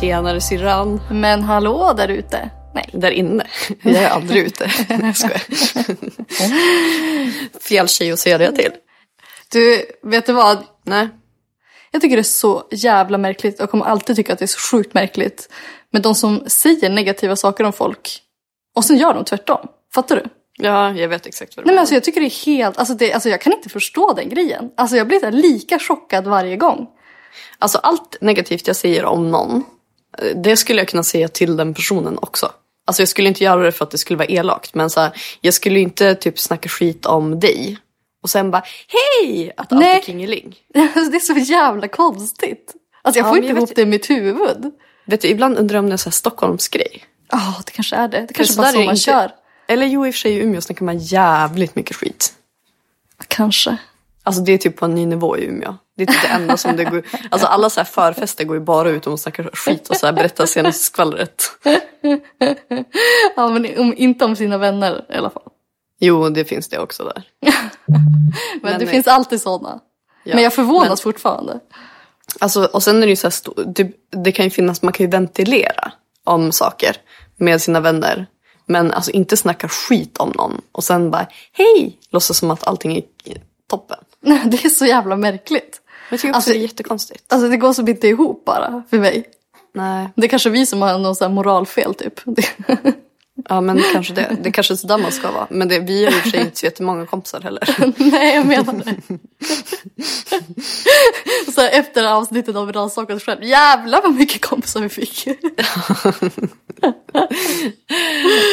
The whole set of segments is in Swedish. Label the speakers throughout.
Speaker 1: Tjenare syrran.
Speaker 2: Men hallå där ute. Nej,
Speaker 1: Där inne. Jag är aldrig ute. Nej, jag skojar. Fel tjej att säga det till.
Speaker 2: du, vet du vad?
Speaker 1: Nej.
Speaker 2: Jag tycker det är så jävla märkligt. Jag kommer alltid tycka att det är så sjukt märkligt. Men de som säger negativa saker om folk och sen gör de tvärtom. Fattar du?
Speaker 1: Ja, jag vet exakt vad du
Speaker 2: Nej men
Speaker 1: menar.
Speaker 2: alltså jag tycker det är helt, alltså, det, alltså jag kan inte förstå den grejen. Alltså jag blir så här lika chockad varje gång.
Speaker 1: Alltså allt negativt jag säger om någon, eh, det skulle jag kunna säga till den personen också. Alltså jag skulle inte göra det för att det skulle vara elakt, men så här, jag skulle ju inte typ snacka skit om dig och sen bara hej! Att allt är
Speaker 2: Nej.
Speaker 1: kringeling.
Speaker 2: Alltså, det är så jävla konstigt. Alltså jag
Speaker 1: Ja,
Speaker 2: får
Speaker 1: men
Speaker 2: inte
Speaker 1: jag
Speaker 2: ihop
Speaker 1: vet-
Speaker 2: det i mitt huvud.
Speaker 1: Vet du, ibland undrar jag om det är så här Stockholmsgrej.
Speaker 2: Ja, det kanske är det. Det kanske
Speaker 1: så
Speaker 2: bara
Speaker 1: där är
Speaker 2: så
Speaker 1: det
Speaker 2: man
Speaker 1: inte.
Speaker 2: kör.
Speaker 1: Eller jo, i och för sig i Umeå snackar man jävligt mycket skit.
Speaker 2: Kanske.
Speaker 1: Alltså det är typ på en ny nivå i Umeå. Det är typ det enda som det går... Alltså alla så här förfester går ju bara ut och snackar skit och så här berättar senaste skvallret.
Speaker 2: Ja men om, inte om sina vänner i alla fall.
Speaker 1: Jo, det finns det också där.
Speaker 2: Men,
Speaker 1: Men,
Speaker 2: det
Speaker 1: eh,
Speaker 2: finns alltid sådana.
Speaker 1: Ja.
Speaker 2: Men jag förvånas fortfarande.
Speaker 1: Alltså, och sen är det ju så här, sto- det, det kan ju finnas, man kan ju ventilera om saker med sina vänner. Men alltså inte snacka skit om någon och sen bara hej, låtsas som att allting är toppen.
Speaker 2: Det är så jävla märkligt.
Speaker 1: Men jag tycker också
Speaker 2: Alltså-
Speaker 1: det är jättekonstigt.
Speaker 2: Alltså det går som inte ihop bara för mig.
Speaker 1: Nej,
Speaker 2: Det är kanske vi som har någon sån här moralfel typ. Det-
Speaker 1: ja men kanske det. Det kanske är sådär man ska vara. Men det, vi har i och för sig inte så jättemånga kompisar heller.
Speaker 2: Nej jag menar det. så här, efter avsnittet av Rannsaka oss själv. Jävlar vad mycket kompisar vi fick.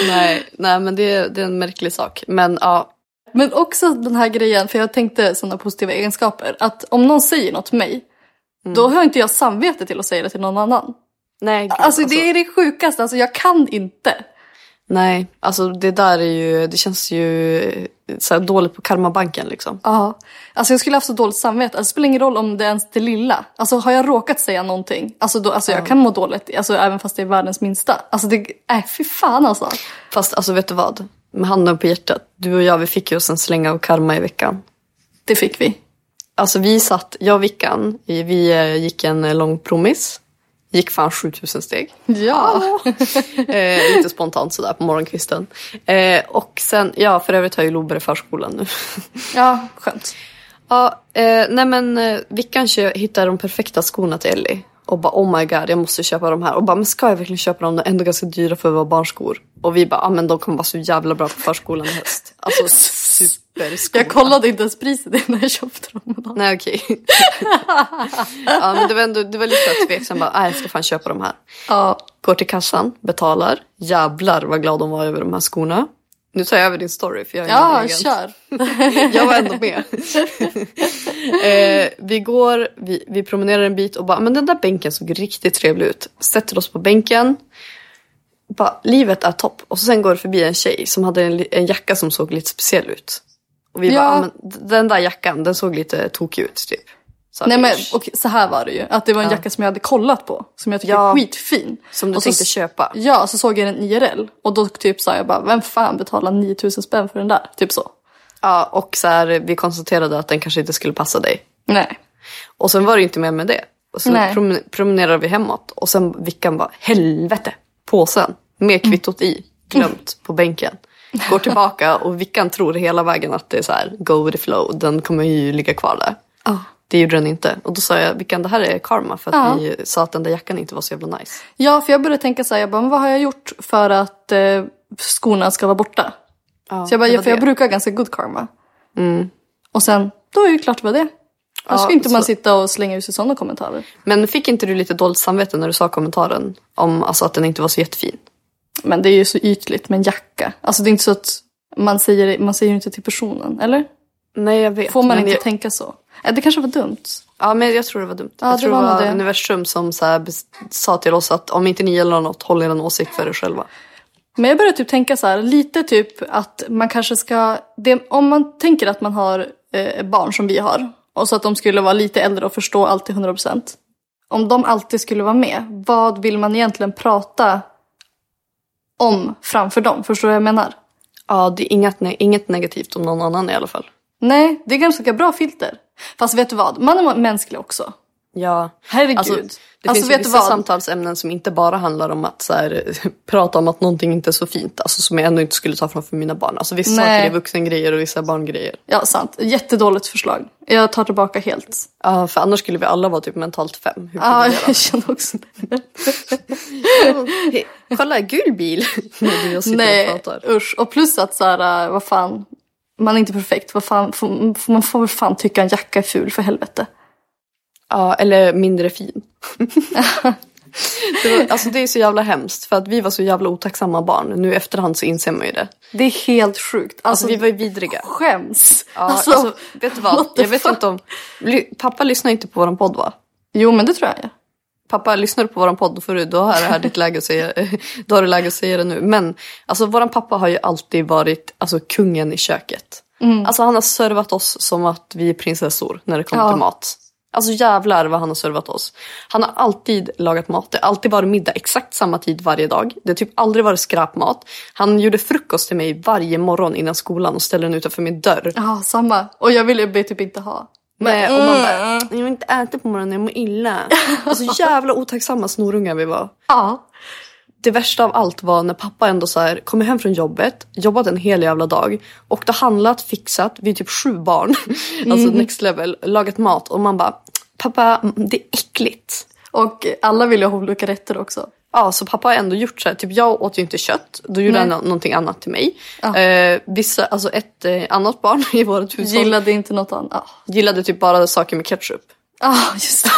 Speaker 1: nej, nej, men det, det är en märklig sak. Men ja,
Speaker 2: Men också den här grejen, för jag tänkte sådana positiva egenskaper. Att om någon säger något till mig. Då har inte jag samvete till att säga det till någon annan.
Speaker 1: nej. gud,
Speaker 2: Alltså det är det sjukaste, alltså jag kan inte.
Speaker 1: Nej, alltså det där är ju, det känns ju eh, så här dåligt på karmabanken liksom.
Speaker 2: Ja, alltså jag skulle haft så dåligt samvete. Alltså, det spelar ingen roll om det är ens det lilla. Alltså har jag råkat säga någonting, alltså, då, alltså jag kan må dåligt, alltså, även fast det är världens minsta. Alltså det, äh, fy fan alltså.
Speaker 1: Fast alltså vet du vad? Med handen på hjärtat, du och jag vi fick ju oss en slänga av karma i veckan.
Speaker 2: Det fick vi.
Speaker 1: Alltså vi satt, jag och Vickan, i- vi eh, gick en eh, lång promis. Gick fan 7000 steg.
Speaker 2: Ja.
Speaker 1: Eh, lite spontant sådär på morgonkvisten. Eh, och sen, ja för övrigt har ju Lober i förskolan nu.
Speaker 2: Ja, skönt.
Speaker 1: Ja, eh, nej men eh, vi kanske hittar de perfekta skorna till Ellie. Och bara oh my god jag måste köpa de här. Och bara men ska jag verkligen köpa dem? De är ändå ganska dyra för att vara barnskor. Och vi bara ah, men de kommer vara så jävla bra på förskolan i höst. Alltså superskor.
Speaker 2: Jag kollade inte ens priset när jag köpte dem.
Speaker 1: Nej okej. ja men det var ändå det var lite så här tveksam. Bara, "Ah, jag ska fan köpa de här.
Speaker 2: Ja,
Speaker 1: Går till kassan, betalar. Jävlar vad glad de var över de här skorna. Nu tar jag över din story för jag är
Speaker 2: ja
Speaker 1: egen.
Speaker 2: kör.
Speaker 1: Jag var ändå med. eh, vi går, vi, vi promenerar en bit och bara, men den där bänken såg riktigt trevlig ut. Sätter oss på bänken. Bara, livet är topp. Och så sen går det förbi en tjej som hade en, li- en jacka som såg lite speciell ut. Och vi
Speaker 2: Ja.
Speaker 1: bara, ah, men d- den där jackan, den såg lite tokig ut typ. Så här,
Speaker 2: Nej men
Speaker 1: ish.
Speaker 2: och så här var det ju. Att det var en jacka som jag hade kollat på. Som jag tycker
Speaker 1: Ja.
Speaker 2: är skitfin.
Speaker 1: Som du
Speaker 2: och
Speaker 1: tänkte
Speaker 2: så,
Speaker 1: köpa.
Speaker 2: Ja, så såg jag den IRL. Och då typ sa jag bara, vem fan betalar 9000 spänn för den där? Typ så.
Speaker 1: Ja, och så här, vi konstaterade att den kanske inte skulle passa dig.
Speaker 2: Nej.
Speaker 1: Och sen var det inte mer med det. Och sen
Speaker 2: Nej.
Speaker 1: promen- promenerade vi hemåt och sen vickan bara helvete, påsen med kvittot i, glömt på bänken. Går tillbaka och vickan tror hela vägen att det är så här go with the flow, den kommer ju ligga kvar där. Det gjorde den inte. Och då sa jag vickan det här är karma för att
Speaker 2: Ja.
Speaker 1: ni sa att den där jackan inte var så jävla nice.
Speaker 2: Ja, för jag började tänka så här, jag bara, men vad har jag gjort för att eh, skorna ska vara borta? så jag bara,
Speaker 1: det
Speaker 2: ja,
Speaker 1: var
Speaker 2: för jag
Speaker 1: det. Mm.
Speaker 2: brukar ha ganska good karma. Och sen, då är det klart vad det är. Annars
Speaker 1: Ja,
Speaker 2: ska inte man
Speaker 1: så-
Speaker 2: sitta och slänga ur sig sådana kommentarer.
Speaker 1: Men fick inte du lite dåligt samvete när du sa kommentaren om alltså, att den inte var så jättefin?
Speaker 2: Men det är ju så ytligt med en jacka. Alltså det är inte så att man säger, man säger ju inte till personen, eller?
Speaker 1: Nej jag vet.
Speaker 2: Får man
Speaker 1: men
Speaker 2: inte
Speaker 1: jag,
Speaker 2: tänka så? Eh, Det kanske var dumt.
Speaker 1: Ja, men jag tror det var dumt.
Speaker 2: Ja,
Speaker 1: jag
Speaker 2: det
Speaker 1: tror det
Speaker 2: var nog
Speaker 1: var
Speaker 2: det.
Speaker 1: universum som så här bes- sa till oss att om inte ni gillar något, håll er en åsikt för er själva.
Speaker 2: Men jag började typ tänka så här, lite typ att man kanske ska... Det, om man tänker att man har eh, barn som vi har och så att de skulle vara lite äldre och förstå allt till 100%. Om de alltid skulle vara med, vad vill man egentligen prata om framför dem? Förstår du vad jag menar?
Speaker 1: Ja, det är inget, ne- inget negativt om någon annan i alla fall.
Speaker 2: Nej, det är ganska bra filter. Fast vet du vad? Man är mänsklig också.
Speaker 1: Ja,
Speaker 2: Herregud.
Speaker 1: alltså, det finns ju
Speaker 2: vet du
Speaker 1: vissa
Speaker 2: vad?
Speaker 1: samtalsämnen som inte bara handlar om att så här, prata om att någonting inte är så fint, alltså som jag ändå inte skulle ta framför mina barn. Alltså vissa
Speaker 2: Nej.
Speaker 1: saker är vuxengrejer och vissa är barngrejer.
Speaker 2: Ja, sant. Jättedåligt förslag. Jag tar tillbaka helt.
Speaker 1: Ja, för annars skulle vi alla vara typ mentalt fem. Hur
Speaker 2: Ja,
Speaker 1: ah.
Speaker 2: jag känner också det.
Speaker 1: Kolla, gul bil! När du och jag sitter och
Speaker 2: Nej,
Speaker 1: pratar.
Speaker 2: usch. Och plus att så här, äh, vad fan. Man är inte perfekt. Vad fan, får, får- man får väl fan tycka en jacka är ful för helvete.
Speaker 1: Ja, eller mindre fin. det, var, alltså det är så jävla hemskt för att vi var så jävla otacksamma barn. Nu i efterhand så inser man ju det.
Speaker 2: Det är helt sjukt. Alltså,
Speaker 1: Alltså vi var ju vidriga.
Speaker 2: skäms.
Speaker 1: Ja, alltså, vet du vad?
Speaker 2: what the
Speaker 1: Jag vet
Speaker 2: fuck?
Speaker 1: inte om... Ly- Pappa lyssnar inte på våran podd va?
Speaker 2: Jo, men det tror jag.
Speaker 1: Pappa, lyssnar du på våran podd förut, då är det här ditt läge att säga, då har du läge att säga det nu. Men alltså våran pappa har ju alltid varit alltså, kungen i köket.
Speaker 2: Mm.
Speaker 1: Alltså han har servat oss som att vi är prinsessor när det kommer
Speaker 2: Ja.
Speaker 1: till mat. Alltså jävlar vad han har servat oss. Han har alltid lagat mat. Det har alltid varit middag exakt samma tid varje dag. Det har typ aldrig varit skräpmat. Han gjorde frukost till mig varje morgon innan skolan och ställde den utanför min dörr.
Speaker 2: Ja, Mm. samma. Och jag ville ju typ inte ha.
Speaker 1: Nej, och man bara, jag vill inte äta på morgonen, jag mår illa. Alltså jävla otacksamma snorungar vi var.
Speaker 2: Ja.
Speaker 1: Det värsta av allt var när pappa ändå så här, kommer hem från jobbet, jobbat en hel jävla dag, åkt och handlat, fixat, vi är typ sju barn, alltså next level, lagat mat och man bara pappa mm, det är äckligt.
Speaker 2: Och alla vill ju ha olika rätter också.
Speaker 1: Ja, så pappa har ändå gjort så här, typ jag åt ju inte kött, då gjorde han någonting annat till mig. Eh, vissa, alltså ett eh, annat barn i vårt hushåll
Speaker 2: Gillade inte något annat. Ja,
Speaker 1: gillade typ bara saker med ketchup.
Speaker 2: ah, just det.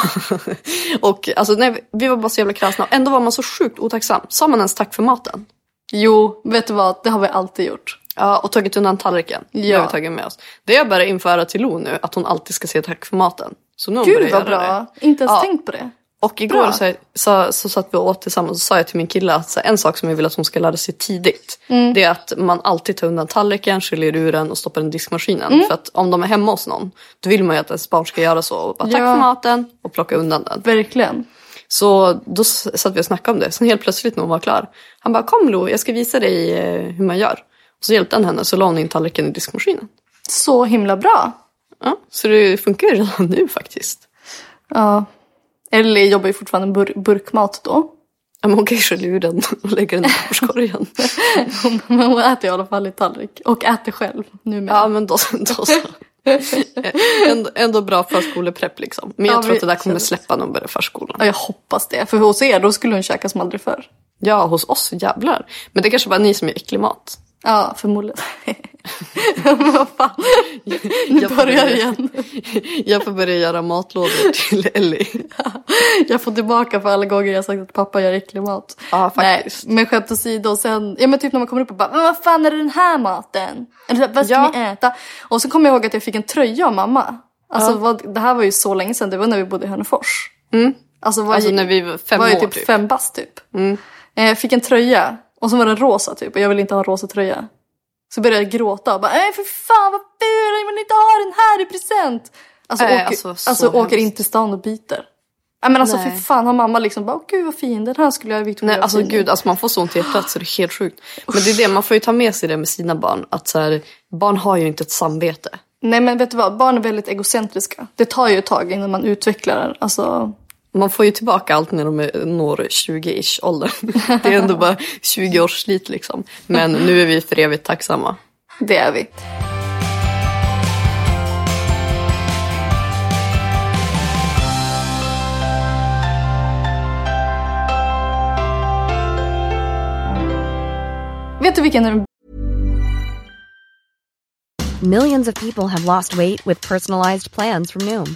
Speaker 1: och alltså, nej, vi var bara så jävla kräsna. Ändå var man så sjukt otacksam. Sa man ens tack för maten?
Speaker 2: Jo, vet du vad? Det har vi alltid gjort.
Speaker 1: Ja, och tagit undan tallriken. Det
Speaker 2: Ja.
Speaker 1: har vi tagit med oss. Det har jag börjat införa till Lo nu, att hon alltid ska säga tack för maten. Så nu har hon
Speaker 2: Gud
Speaker 1: börjat
Speaker 2: vad
Speaker 1: göra
Speaker 2: bra.
Speaker 1: det.
Speaker 2: Inte ens
Speaker 1: Ja.
Speaker 2: tänkt på det.
Speaker 1: Och igår
Speaker 2: Bra.
Speaker 1: så, så, så satt vi och åt tillsammans och sa jag till min kille att så, här, en sak som jag vill att hon ska lära sig tidigt.
Speaker 2: Mm.
Speaker 1: Det är att man alltid tar undan tallriken, skiljer ur den och stoppar den i diskmaskinen.
Speaker 2: Mm.
Speaker 1: För att om de är hemma hos någon, då vill man ju att ens barn ska göra så. Och bara, tack
Speaker 2: Ja.
Speaker 1: för maten och plocka undan den.
Speaker 2: Verkligen.
Speaker 1: Så då s- satt vi och snackade om det. Sen helt plötsligt när hon var klar. Han bara kom Lo, jag ska visa dig eh, hur man gör. Och så hjälpte han henne så la hon in tallriken i diskmaskinen.
Speaker 2: Så himla bra.
Speaker 1: Ja, så det funkar ju redan nu faktiskt.
Speaker 2: Ja. Eller jobbar ju fortfarande med bur- burkmat då.
Speaker 1: Ja, men hon kan ju skölja ur den och lägga den i papperskorgen.
Speaker 2: Men hon äter i alla fall i tallrik. Och äter själv numera.
Speaker 1: ja men då, då så. Ändå, ändå bra förskoleprepp liksom. Men jag
Speaker 2: Ja,
Speaker 1: tror att det där
Speaker 2: vi-
Speaker 1: kommer släppa när hon börjar förskolan.
Speaker 2: Ja, jag hoppas det. För hos er då skulle hon käka som aldrig förr.
Speaker 1: Ja hos oss jävlar. Men det kanske bara är ni som är äcklig mat.
Speaker 2: Ja, förmodligen. Men vad fan. Nu
Speaker 1: Jag
Speaker 2: börjar
Speaker 1: börjar.
Speaker 2: det igen.
Speaker 1: Jag får börja göra matlådor till Ellie.
Speaker 2: Jag får tillbaka för alla gånger jag sagt att pappa gör äcklig mat.
Speaker 1: Ja, faktiskt.
Speaker 2: Nej, men skämt åsido. och Sen, ja, men typ när man kommer upp och bara “Men vad fan är det den här maten?” Eller så här, “Vad ska
Speaker 1: Ja.
Speaker 2: ni äta?” Och så kommer jag ihåg att jag fick en tröja av mamma. Alltså vad, det här var ju så länge sedan. Det var när vi bodde i Hörnefors. Alltså, vad
Speaker 1: Alltså
Speaker 2: gick-
Speaker 1: när vi var fem
Speaker 2: var ju
Speaker 1: år
Speaker 2: typ,
Speaker 1: typ. Mm.
Speaker 2: fem bast typ. Eh, fick en tröja och så var den rosa typ och jag ville inte ha en rosa tröja. Så började jag gråta och bara nej för fan vad ful, jag vill inte ha den här i present. Alltså,
Speaker 1: Nej,
Speaker 2: åker,
Speaker 1: alltså,
Speaker 2: alltså,
Speaker 1: så
Speaker 2: åker
Speaker 1: hemskt.
Speaker 2: in till stan och byter. Nej men alltså
Speaker 1: Nej.
Speaker 2: för fan har mamma liksom bara åh gud vad fin den här skulle jag ha i
Speaker 1: Nej, alltså
Speaker 2: Victoria-tidning."
Speaker 1: gud, alltså man får så ont i hjärtat så det är helt sjukt. Men det är det, man får ju ta med sig det med sina barn. Att så här, barn har ju inte ett samvete.
Speaker 2: Nej men vet du vad, barn är väldigt egocentriska. Det tar ju ett tag innan man utvecklar alltså
Speaker 1: Man får ju tillbaka allt när de är, når 20-ish åldern. Det är ändå bara 20 års slit liksom. Men nu är vi för evigt tacksamma.
Speaker 2: det är vi. Vet du vilken är den
Speaker 3: Millions of people have lost weight with personalized plans from Noom,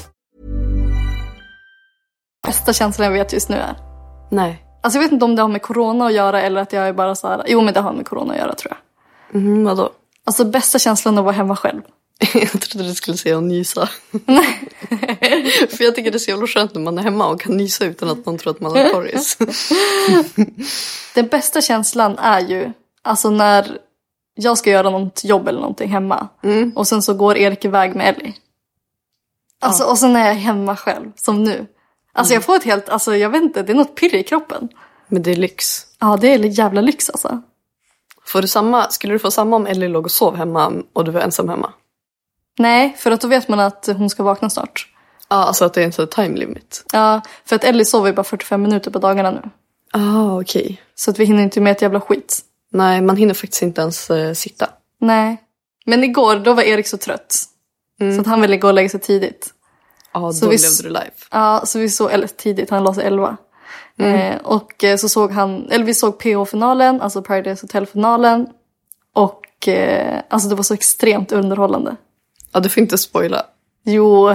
Speaker 2: bästa känslan jag vet just nu är?
Speaker 1: Nej.
Speaker 2: Alltså jag vet inte om det har med corona att göra eller att jag är bara så här. Jo men det har med corona att göra tror jag.
Speaker 1: Mm, vadå?
Speaker 2: Alltså bästa känslan att vara hemma själv.
Speaker 1: Jag trodde du skulle säga att nysa. För jag tycker det är så jävla skönt när man är hemma och kan nysa utan att någon tror att man har korris.
Speaker 2: Den bästa känslan är ju alltså när jag ska göra något jobb eller någonting hemma och sen så går Erik iväg med Ellie. Alltså, Och sen är jag hemma själv, som nu. Alltså jag får ett helt, alltså jag vet inte, det är något pirr i kroppen.
Speaker 1: Men det är lyx.
Speaker 2: Ja, det är jävla lyx alltså.
Speaker 1: Får du samma, skulle du få samma om Ellie låg och sov hemma och du var ensam hemma?
Speaker 2: Nej, för att då vet man att hon ska vakna snart.
Speaker 1: Ja, alltså att det är en sån här time limit.
Speaker 2: Ja, för att Ellie sover ju bara 45 minuter på dagarna nu.
Speaker 1: Ah, okej.
Speaker 2: Så att vi hinner inte med ett jävla skit.
Speaker 1: Nej, man hinner faktiskt inte ens eh, sitta.
Speaker 2: Nej. Men igår, då var Erik så trött. Så att han ville gå och lägga sig tidigt.
Speaker 1: Ja,
Speaker 2: Så
Speaker 1: då
Speaker 2: vi-
Speaker 1: levde du life.
Speaker 2: Ja, så vi såg, eller tidigt, han la sig 11. Eh, och eh, så såg han, eller vi såg PH-finalen, alltså Paradise Hotel-finalen. Och eh, alltså det var så extremt underhållande.
Speaker 1: Ja, du får inte spoila.
Speaker 2: Jo,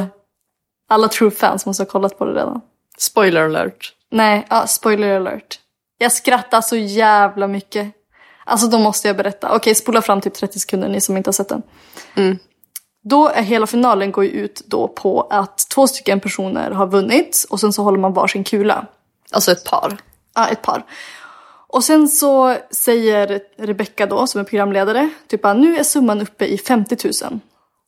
Speaker 2: alla true fans måste ha kollat på det redan.
Speaker 1: Spoiler alert.
Speaker 2: Nej, ja, spoiler alert. Jag skrattar så jävla mycket. Alltså då måste jag berätta. Okej, spola fram typ 30 sekunder ni som inte har sett den. Då är hela finalen går ju ut då på att två stycken personer har vunnit och sen så håller man varsin kula.
Speaker 1: Alltså ett par.
Speaker 2: Ja, ett par. Och sen så säger Rebecca då, som är programledare, typ bara, nu är summan uppe i 50 000.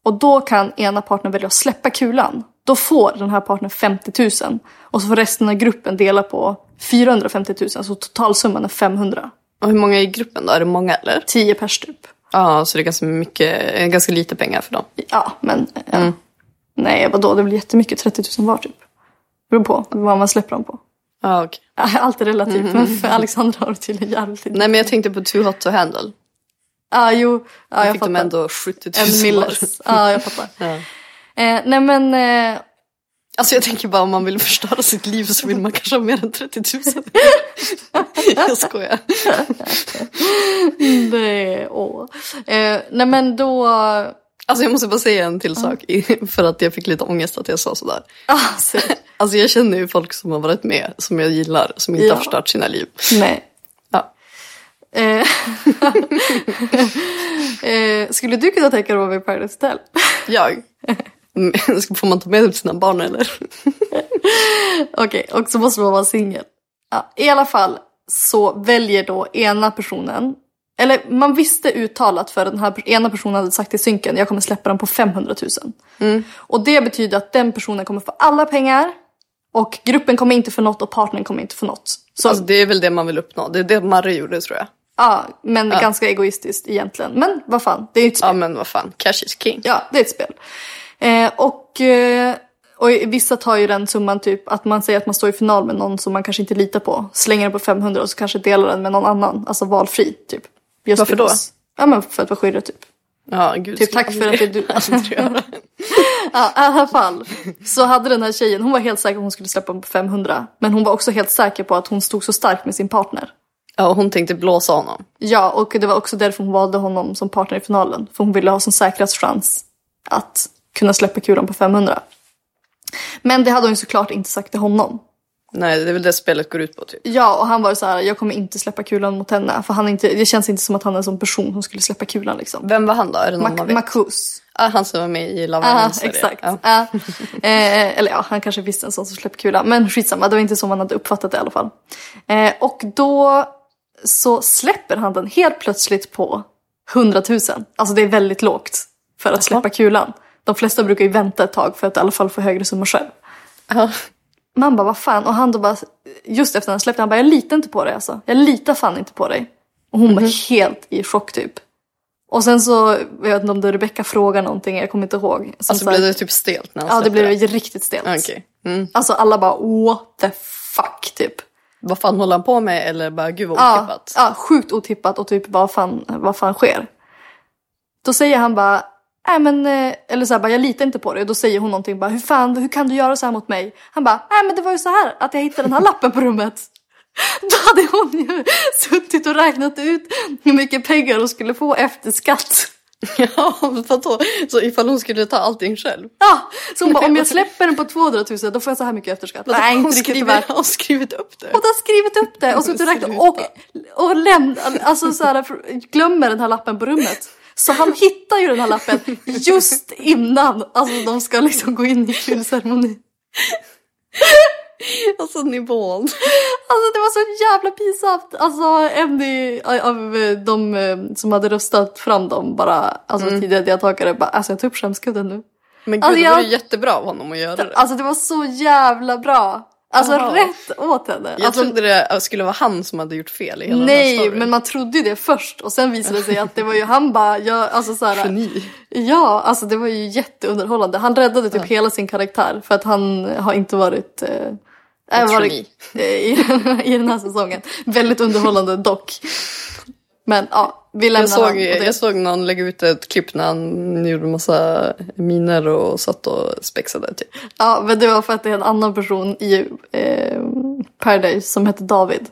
Speaker 2: Och då kan ena partnern välja att släppa kulan. Då får den här partnern 50 000. Och så får resten av gruppen dela på 450 000, så totalsumman är 500.
Speaker 1: Och hur många är i gruppen då? Är det många eller?
Speaker 2: 10 pers typ.
Speaker 1: Ja, så det är ganska mycket, eh, ganska lite pengar för dem.
Speaker 2: Ja, men... Ja.
Speaker 1: Mm.
Speaker 2: Nej, vadå, det blir jättemycket. 30 000 var typ. Beror på vad man släpper dem på.
Speaker 1: Ja, okej.
Speaker 2: Allt är relativt, men för Alexandra har det tydligen jävligt lite.
Speaker 1: Mhm. Nej, men jag tänkte på Too Hot To Handle.
Speaker 2: Ja, jo. Ja,
Speaker 1: Jag
Speaker 2: jag
Speaker 1: fick de
Speaker 2: fattar.
Speaker 1: ändå 70 000
Speaker 2: En
Speaker 1: var.
Speaker 2: Millers. Ja, jag fattar. Eh, nej men, eh,
Speaker 1: Alltså jag tänker bara om man vill förstöra sitt liv så vill man kanske ha mer än 30 000. jag skojar.
Speaker 2: det, åh. Eh, nej men då,
Speaker 1: Alltså jag måste bara säga en till sak i- för att jag fick lite ångest att jag sa sådär.
Speaker 2: alltså,
Speaker 1: Alltså jag känner ju folk som har varit med, som jag gillar, som inte
Speaker 2: Ja.
Speaker 1: har förstört sina liv.
Speaker 2: nej.
Speaker 1: Ja.
Speaker 2: Eh, eh, skulle du kunna tänka dig att vara med i Paradise Hotel?
Speaker 1: Jag? Mm, Får man ta med dem till sina barn eller?
Speaker 2: Okej, och så måste man vara singel. Ja, I alla fall så väljer då ena personen, eller man visste uttalat för den här per- ena personen hade sagt till synken, jag kommer släppa den på 500 000. Och det betyder att den personen kommer få alla pengar och gruppen kommer inte få något och partnern kommer inte få något. Så
Speaker 1: Alltså det är väl det man vill uppnå. Det är det Marre gjorde tror jag.
Speaker 2: ja, men ganska egoistiskt egentligen. Men vad fan, det är ju ett spel.
Speaker 1: Ja men vad fan, cash is king.
Speaker 2: Ja, det är ett spel. Eh, och, eh, och vissa tar ju den summan typ att man säger att man står i final med någon som man kanske inte litar på. Slänger den på 500 och så kanske delar den med någon annan. Alltså valfri typ. Just
Speaker 1: Varför då?
Speaker 2: because. Ja men för att vara skyldig typ.
Speaker 1: Ja, gud,
Speaker 2: Typ tack för att det är du.
Speaker 1: alltså, du...
Speaker 2: Ja, I alla fall så hade den här tjejen, hon var helt säker på att hon skulle släppa den på 500. Men hon var också helt säker på att hon stod så starkt med sin partner.
Speaker 1: ja, och hon tänkte blåsa honom.
Speaker 2: Ja, och det var också därför hon valde honom som partner i finalen. För hon ville ha som säkrast chans att kunna släppa kulan på 500. Men det hade hon ju såklart inte sagt till honom.
Speaker 1: Nej, det är väl det spelet går ut på typ.
Speaker 2: Ja, och han var så här, jag kommer inte släppa kulan mot henne. För han är inte, det känns inte som att han är en sån person som skulle släppa kulan liksom.
Speaker 1: Vem var han då? Är det någon man
Speaker 2: Mac-
Speaker 1: vet?
Speaker 2: Marcus.
Speaker 1: ah, han som var med i Love
Speaker 2: Ja,
Speaker 1: Island-serien.
Speaker 2: exakt.
Speaker 1: Ja. Alltså,
Speaker 2: Ja. Eh, eller ja, han kanske visste en sån som släppte kula. Men skitsamma, det var inte så man hade uppfattat det i alla fall. Eh, och då så släpper han den helt plötsligt på 100 000. Alltså det är väldigt lågt för att släppa kulan. De flesta brukar ju vänta ett tag för att i alla fall få högre summor själv.
Speaker 1: Ja.
Speaker 2: Man bara, vad fan? Och han då bara, just efter han släppte, han bara, jag litar inte på dig alltså. Jag litar fan inte på dig. Och hon
Speaker 1: Mhm.
Speaker 2: var helt i chock typ. Och sen så, jag vet inte om det Rebecca frågar någonting, jag kommer inte ihåg. Som
Speaker 1: Alltså
Speaker 2: så här-
Speaker 1: blev det typ stelt när han
Speaker 2: Ja, det
Speaker 1: släppte
Speaker 2: blev riktigt stelt.
Speaker 1: Okej. Mm.
Speaker 2: Alltså alla bara what the fuck typ.
Speaker 1: Vad fan håller han på med? Eller bara gud vad
Speaker 2: Ja,
Speaker 1: otippat.
Speaker 2: ja, sjukt otippat och typ vad fan, vad fan sker? Då säger han bara, nej men, eh," eller så här, bara, jag litar inte på dig. Och då säger hon någonting bara, hur fan, hur kan du göra så här mot mig? Han bara, nej men det var ju så här att jag hittade den här lappen på rummet. Då hade hon ju suttit och räknat ut hur mycket pengar hon skulle få efter skatt.
Speaker 1: Ja, vadå? Så ifall hon skulle ta allting själv?
Speaker 2: Ja, så hon bara, om jag släpper den på 200 000 då får jag så här mycket efter skatt. Nej,
Speaker 1: hon
Speaker 2: inte riktigt
Speaker 1: skriver,
Speaker 2: värt.
Speaker 1: Hon har skrivit upp det.
Speaker 2: Och har skrivit upp det och suttit och räknat och, och lämnar, alltså så här, för- glömmer den här lappen på rummet. Så han hittar ju den här lappen just innan alltså, de ska liksom gå in i kulceremonin.
Speaker 1: Alltså nivån.
Speaker 2: Alltså det var så jävla pinsamt. Alltså en i- av eh, de eh, som hade röstat fram dem bara, alltså tidigare deltagare bara, alltså jag tar upp skämskudden nu.
Speaker 1: Men gud,
Speaker 2: Alltså,
Speaker 1: det var
Speaker 2: jag-
Speaker 1: ju jättebra av honom att göra det.
Speaker 2: Alltså det var så jävla bra. Alltså
Speaker 1: Aha.
Speaker 2: rätt åt henne.
Speaker 1: jag
Speaker 2: alltså,
Speaker 1: trodde det skulle vara han som hade gjort fel i hela den här
Speaker 2: Nej,
Speaker 1: storyn.
Speaker 2: men man trodde ju det först och sen visade det sig att det var ju han bara, jag, alltså så här,
Speaker 1: Geni.
Speaker 2: Ja, alltså det var ju jätteunderhållande. Han räddade typ hela sin karaktär för att han har inte varit, eh,
Speaker 1: Ett
Speaker 2: äh, varit
Speaker 1: geni.
Speaker 2: eh, i, i den här säsongen. Väldigt underhållande dock. Men ja, vi lämnar
Speaker 1: Jag såg,
Speaker 2: honom och det.
Speaker 1: jag såg någon lägga ut ett klipp när han gjorde massa miner och satt och spexade. Typ.
Speaker 2: Ja, men det var för att det är en annan person i eh, Paradise som hette David.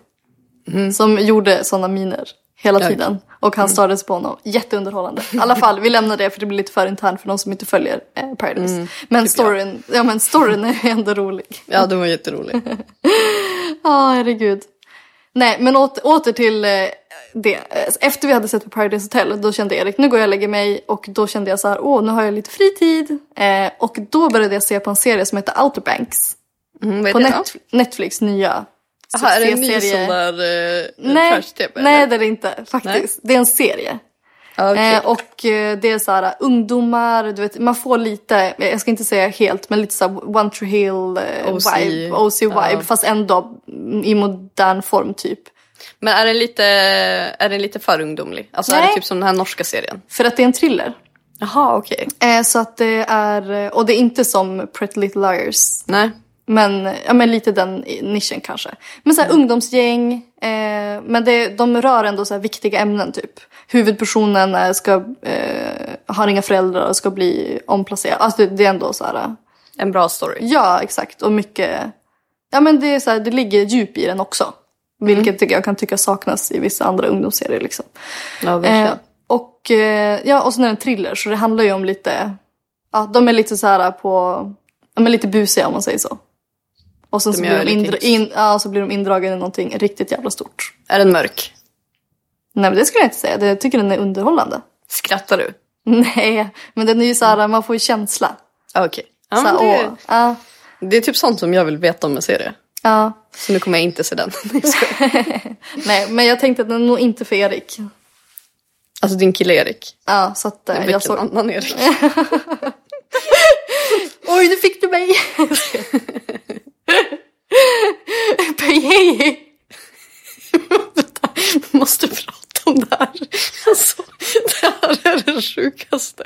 Speaker 2: Som gjorde sådana miner hela
Speaker 1: Ja.
Speaker 2: tiden. Och han stördes på honom. Jätteunderhållande. I alla fall, vi lämnar det för det blir lite för internt för de som inte följer eh, Paradise. men, storyn, ja, men storyn är ändå rolig.
Speaker 1: Ja, det var jätteroligt.
Speaker 2: Ja, herregud. Nej, men åter, åter till eh, det. Eh, Efter vi hade sett på Paradise Hotel, då kände Erik, nu går jag och lägger mig. Och då kände jag så här, åh, nu har jag lite fritid. Eh, och då började jag se på en serie som heter Outer Banks.
Speaker 1: Mm, vad är
Speaker 2: På
Speaker 1: det
Speaker 2: Net- Netflix nya
Speaker 1: då? Aha, är det en ny
Speaker 2: succéserie.
Speaker 1: sån där eh,
Speaker 2: Nej,
Speaker 1: trash-tv?
Speaker 2: nej
Speaker 1: eller?
Speaker 2: det är det inte faktiskt. Det är en serie.
Speaker 1: Ja, okej.
Speaker 2: Eh, och eh, det är så här ungdomar, du vet, man får lite, jag ska inte säga helt, men lite så här One Tree Hill eh,
Speaker 1: OC.
Speaker 2: vibe, OC vibe, fast ändå mm, i modern form typ.
Speaker 1: Men är den lite, är den lite för ungdomlig? Alltså är
Speaker 2: Nej.
Speaker 1: det typ som den här norska serien?
Speaker 2: För att det är en thriller.
Speaker 1: Jaha, okej.
Speaker 2: Eh, så att det är, eh, och det är inte som Pretty Little Liars
Speaker 1: Nej.
Speaker 2: Men, ja, men lite den i- nischen kanske. Men så här, ungdomsgäng. Eh, men det, de rör ändå så här viktiga ämnen typ. Huvudpersonen eh, ska, eh, har inga föräldrar och ska bli omplacerad. Alltså det, det är ändå så här.
Speaker 1: En bra story.
Speaker 2: Ja exakt och mycket. Ja men det, är så här, det ligger djup i den också. Vilket tycker jag kan tycka saknas i vissa andra ungdomsserier liksom.
Speaker 1: Ja,
Speaker 2: Eh, och, eh, ja, och sen är det en thriller så det handlar ju om lite, ja de är lite så här på, de är lite busiga om man säger så. Och sen
Speaker 1: De
Speaker 2: så
Speaker 1: gör
Speaker 2: blir, de
Speaker 1: lite
Speaker 2: indra,
Speaker 1: tips.
Speaker 2: in, ja, så blir de indragna i någonting riktigt jävla stort.
Speaker 1: Är den mörk?
Speaker 2: Nej men det skulle jag inte säga, Det- jag tycker den är underhållande.
Speaker 1: Skrattar du?
Speaker 2: Nej, men den är ju så här, man får ju känsla.
Speaker 1: Ah, Okej. Ja,
Speaker 2: Så
Speaker 1: men
Speaker 2: här,
Speaker 1: det,
Speaker 2: åh, ja,
Speaker 1: det är typ sånt som jag vill veta om en serie.
Speaker 2: ja.
Speaker 1: Så nu kommer jag inte se den.
Speaker 2: Nej, men jag tänkte att den är nog inte för Erik.
Speaker 1: alltså din kille Erik.
Speaker 2: Ja, så att eh,
Speaker 1: Vilken
Speaker 2: jag såg...
Speaker 1: annan Erik?
Speaker 2: Oj, nu fick du mig! Pejheji!
Speaker 1: Vänta, vi måste prata om det här. Alltså, det här är det sjukaste.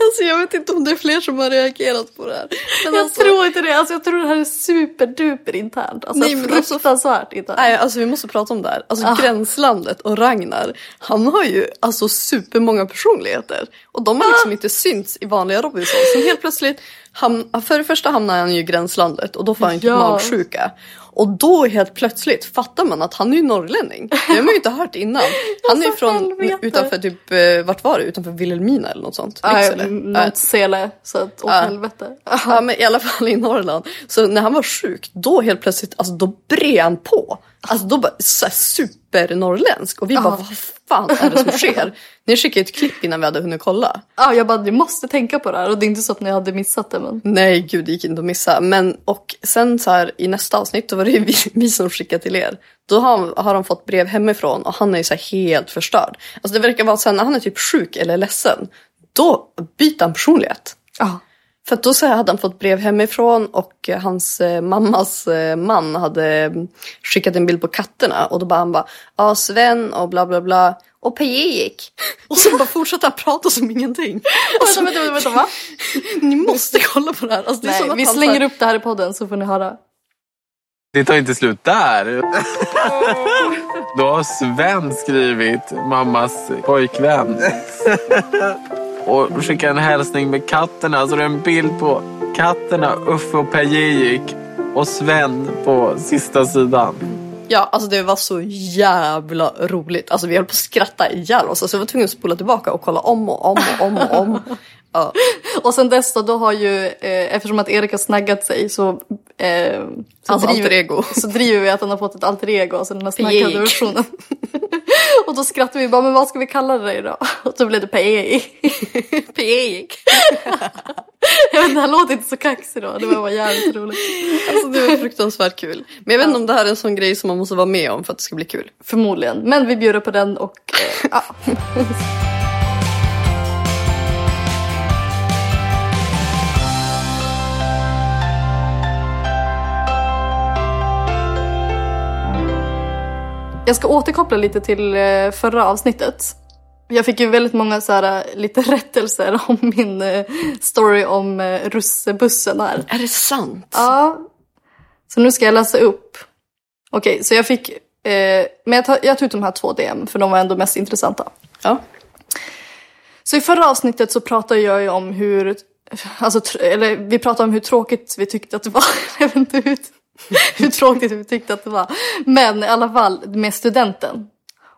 Speaker 1: Alltså, jag vet inte om det är fler som har reagerat på det här. Men
Speaker 2: Jag
Speaker 1: alltså,
Speaker 2: tror inte det. Alltså, jag tror det här är superduper internt. Alltså,
Speaker 1: Nej, men alltså-
Speaker 2: fruktansvärt internt.
Speaker 1: Nej, alltså vi måste prata om det här. Alltså
Speaker 2: Ah.
Speaker 1: Gränslandet och Ragnar, han har ju alltså supermånga personligheter. Och de
Speaker 2: Ah.
Speaker 1: har liksom inte synts i vanliga Robinson. Sen helt plötsligt, ham- för det första hamnar han ju i Gränslandet och då får han ju typ
Speaker 2: Ja.
Speaker 1: magsjuka. Och då helt plötsligt fattar man att han är ju norrlänning. Det har man ju inte hört innan. Han är ju
Speaker 2: Alltså,
Speaker 1: från
Speaker 2: helvete. Ah,
Speaker 1: utanför typ, eh, vart var det? Utanför Vilhelmina eller något sånt?
Speaker 2: Nej,
Speaker 1: Lycksele? Ja.
Speaker 2: något sele. Liksom Så att, åt helvete.
Speaker 1: Ja men i alla fall i Norrland. Så när han var sjuk då helt plötsligt, alltså då brer han på. Alltså då bara så här supernorrländsk och vi bara vad fan är det som sker? Ni skickade ett klipp innan vi hade hunnit kolla.
Speaker 2: Ja, jag bara, ni måste tänka på det här. Och det är inte så att ni hade missat det, men.
Speaker 1: Nej gud det gick inte att missa. Men och sen så här i nästa avsnitt då var det ju vi, vi som skickade till er. Då har, har han fått brev hemifrån och han är ju så här helt förstörd. Alltså det verkar vara så här när han är typ sjuk eller ledsen. Då byter han personlighet.
Speaker 2: Ja.
Speaker 1: För att då så hade han fått brev hemifrån och eh, hans eh, mammas eh, man hade eh, skickat en bild på katterna och då bara han bara ja Sven och bla bla bla och Peje gick. Och sen bara fortsatte han prata som ingenting. Alltså,
Speaker 2: Vänta, vänta, vänta, va?
Speaker 1: ni måste kolla på det här. Alltså, det är som
Speaker 2: Nej,
Speaker 1: att
Speaker 2: vi
Speaker 1: han
Speaker 2: slänger
Speaker 1: så här-
Speaker 2: upp det här i podden så får ni höra.
Speaker 4: Det tar inte slut där. Då har Sven skrivit mammas pojkvän. Och skickat en hälsning med katterna. Så det är en bild på katterna Uffe och Pejik. Och Sven på sista sidan.
Speaker 1: Ja, alltså det var så jävla roligt. Alltså vi höll på att skratta ihjäl oss. Alltså jag var tvungen att spola tillbaka och kolla om och om och om och om. Ja.
Speaker 2: Och sen dess då, då har ju, eh, eftersom att Erik har snaggat sig så... Eh, så
Speaker 1: Hans alter ego.
Speaker 2: Så driver vi att han har fått ett alter ego, alltså den här snaggade
Speaker 1: Pejik.
Speaker 2: versionen. och då skrattar vi bara, men vad ska vi kalla dig då? Och då blev det Pejik. Pejik. Jag vet inte, han låter inte så kaxig då. Det var bara jävligt roligt.
Speaker 1: Alltså det var fruktansvärt kul. Men jag vet inte om det här är en sån grej som man måste vara med om för att det ska bli kul.
Speaker 2: Förmodligen. Men vi bjuder på den och... Eh, ja. Jag ska återkoppla lite till eh, förra avsnittet. Jag fick ju väldigt många så här, eh, lite rättelser om min eh, story om eh, russebussen här.
Speaker 1: Är det sant?
Speaker 2: Ja. Så nu ska jag läsa upp. Okej, så jag fick... Eh, men jag, tar, jag tog ut de här två DM, för de var ändå mest intressanta.
Speaker 1: Ja.
Speaker 2: Så i förra avsnittet så pratade jag ju om hur... Alltså, tr- eller vi pratade om hur tråkigt vi tyckte att det var. jag vet inte hur, hur tråkigt vi tyckte att det var. Men i alla fall med studenten.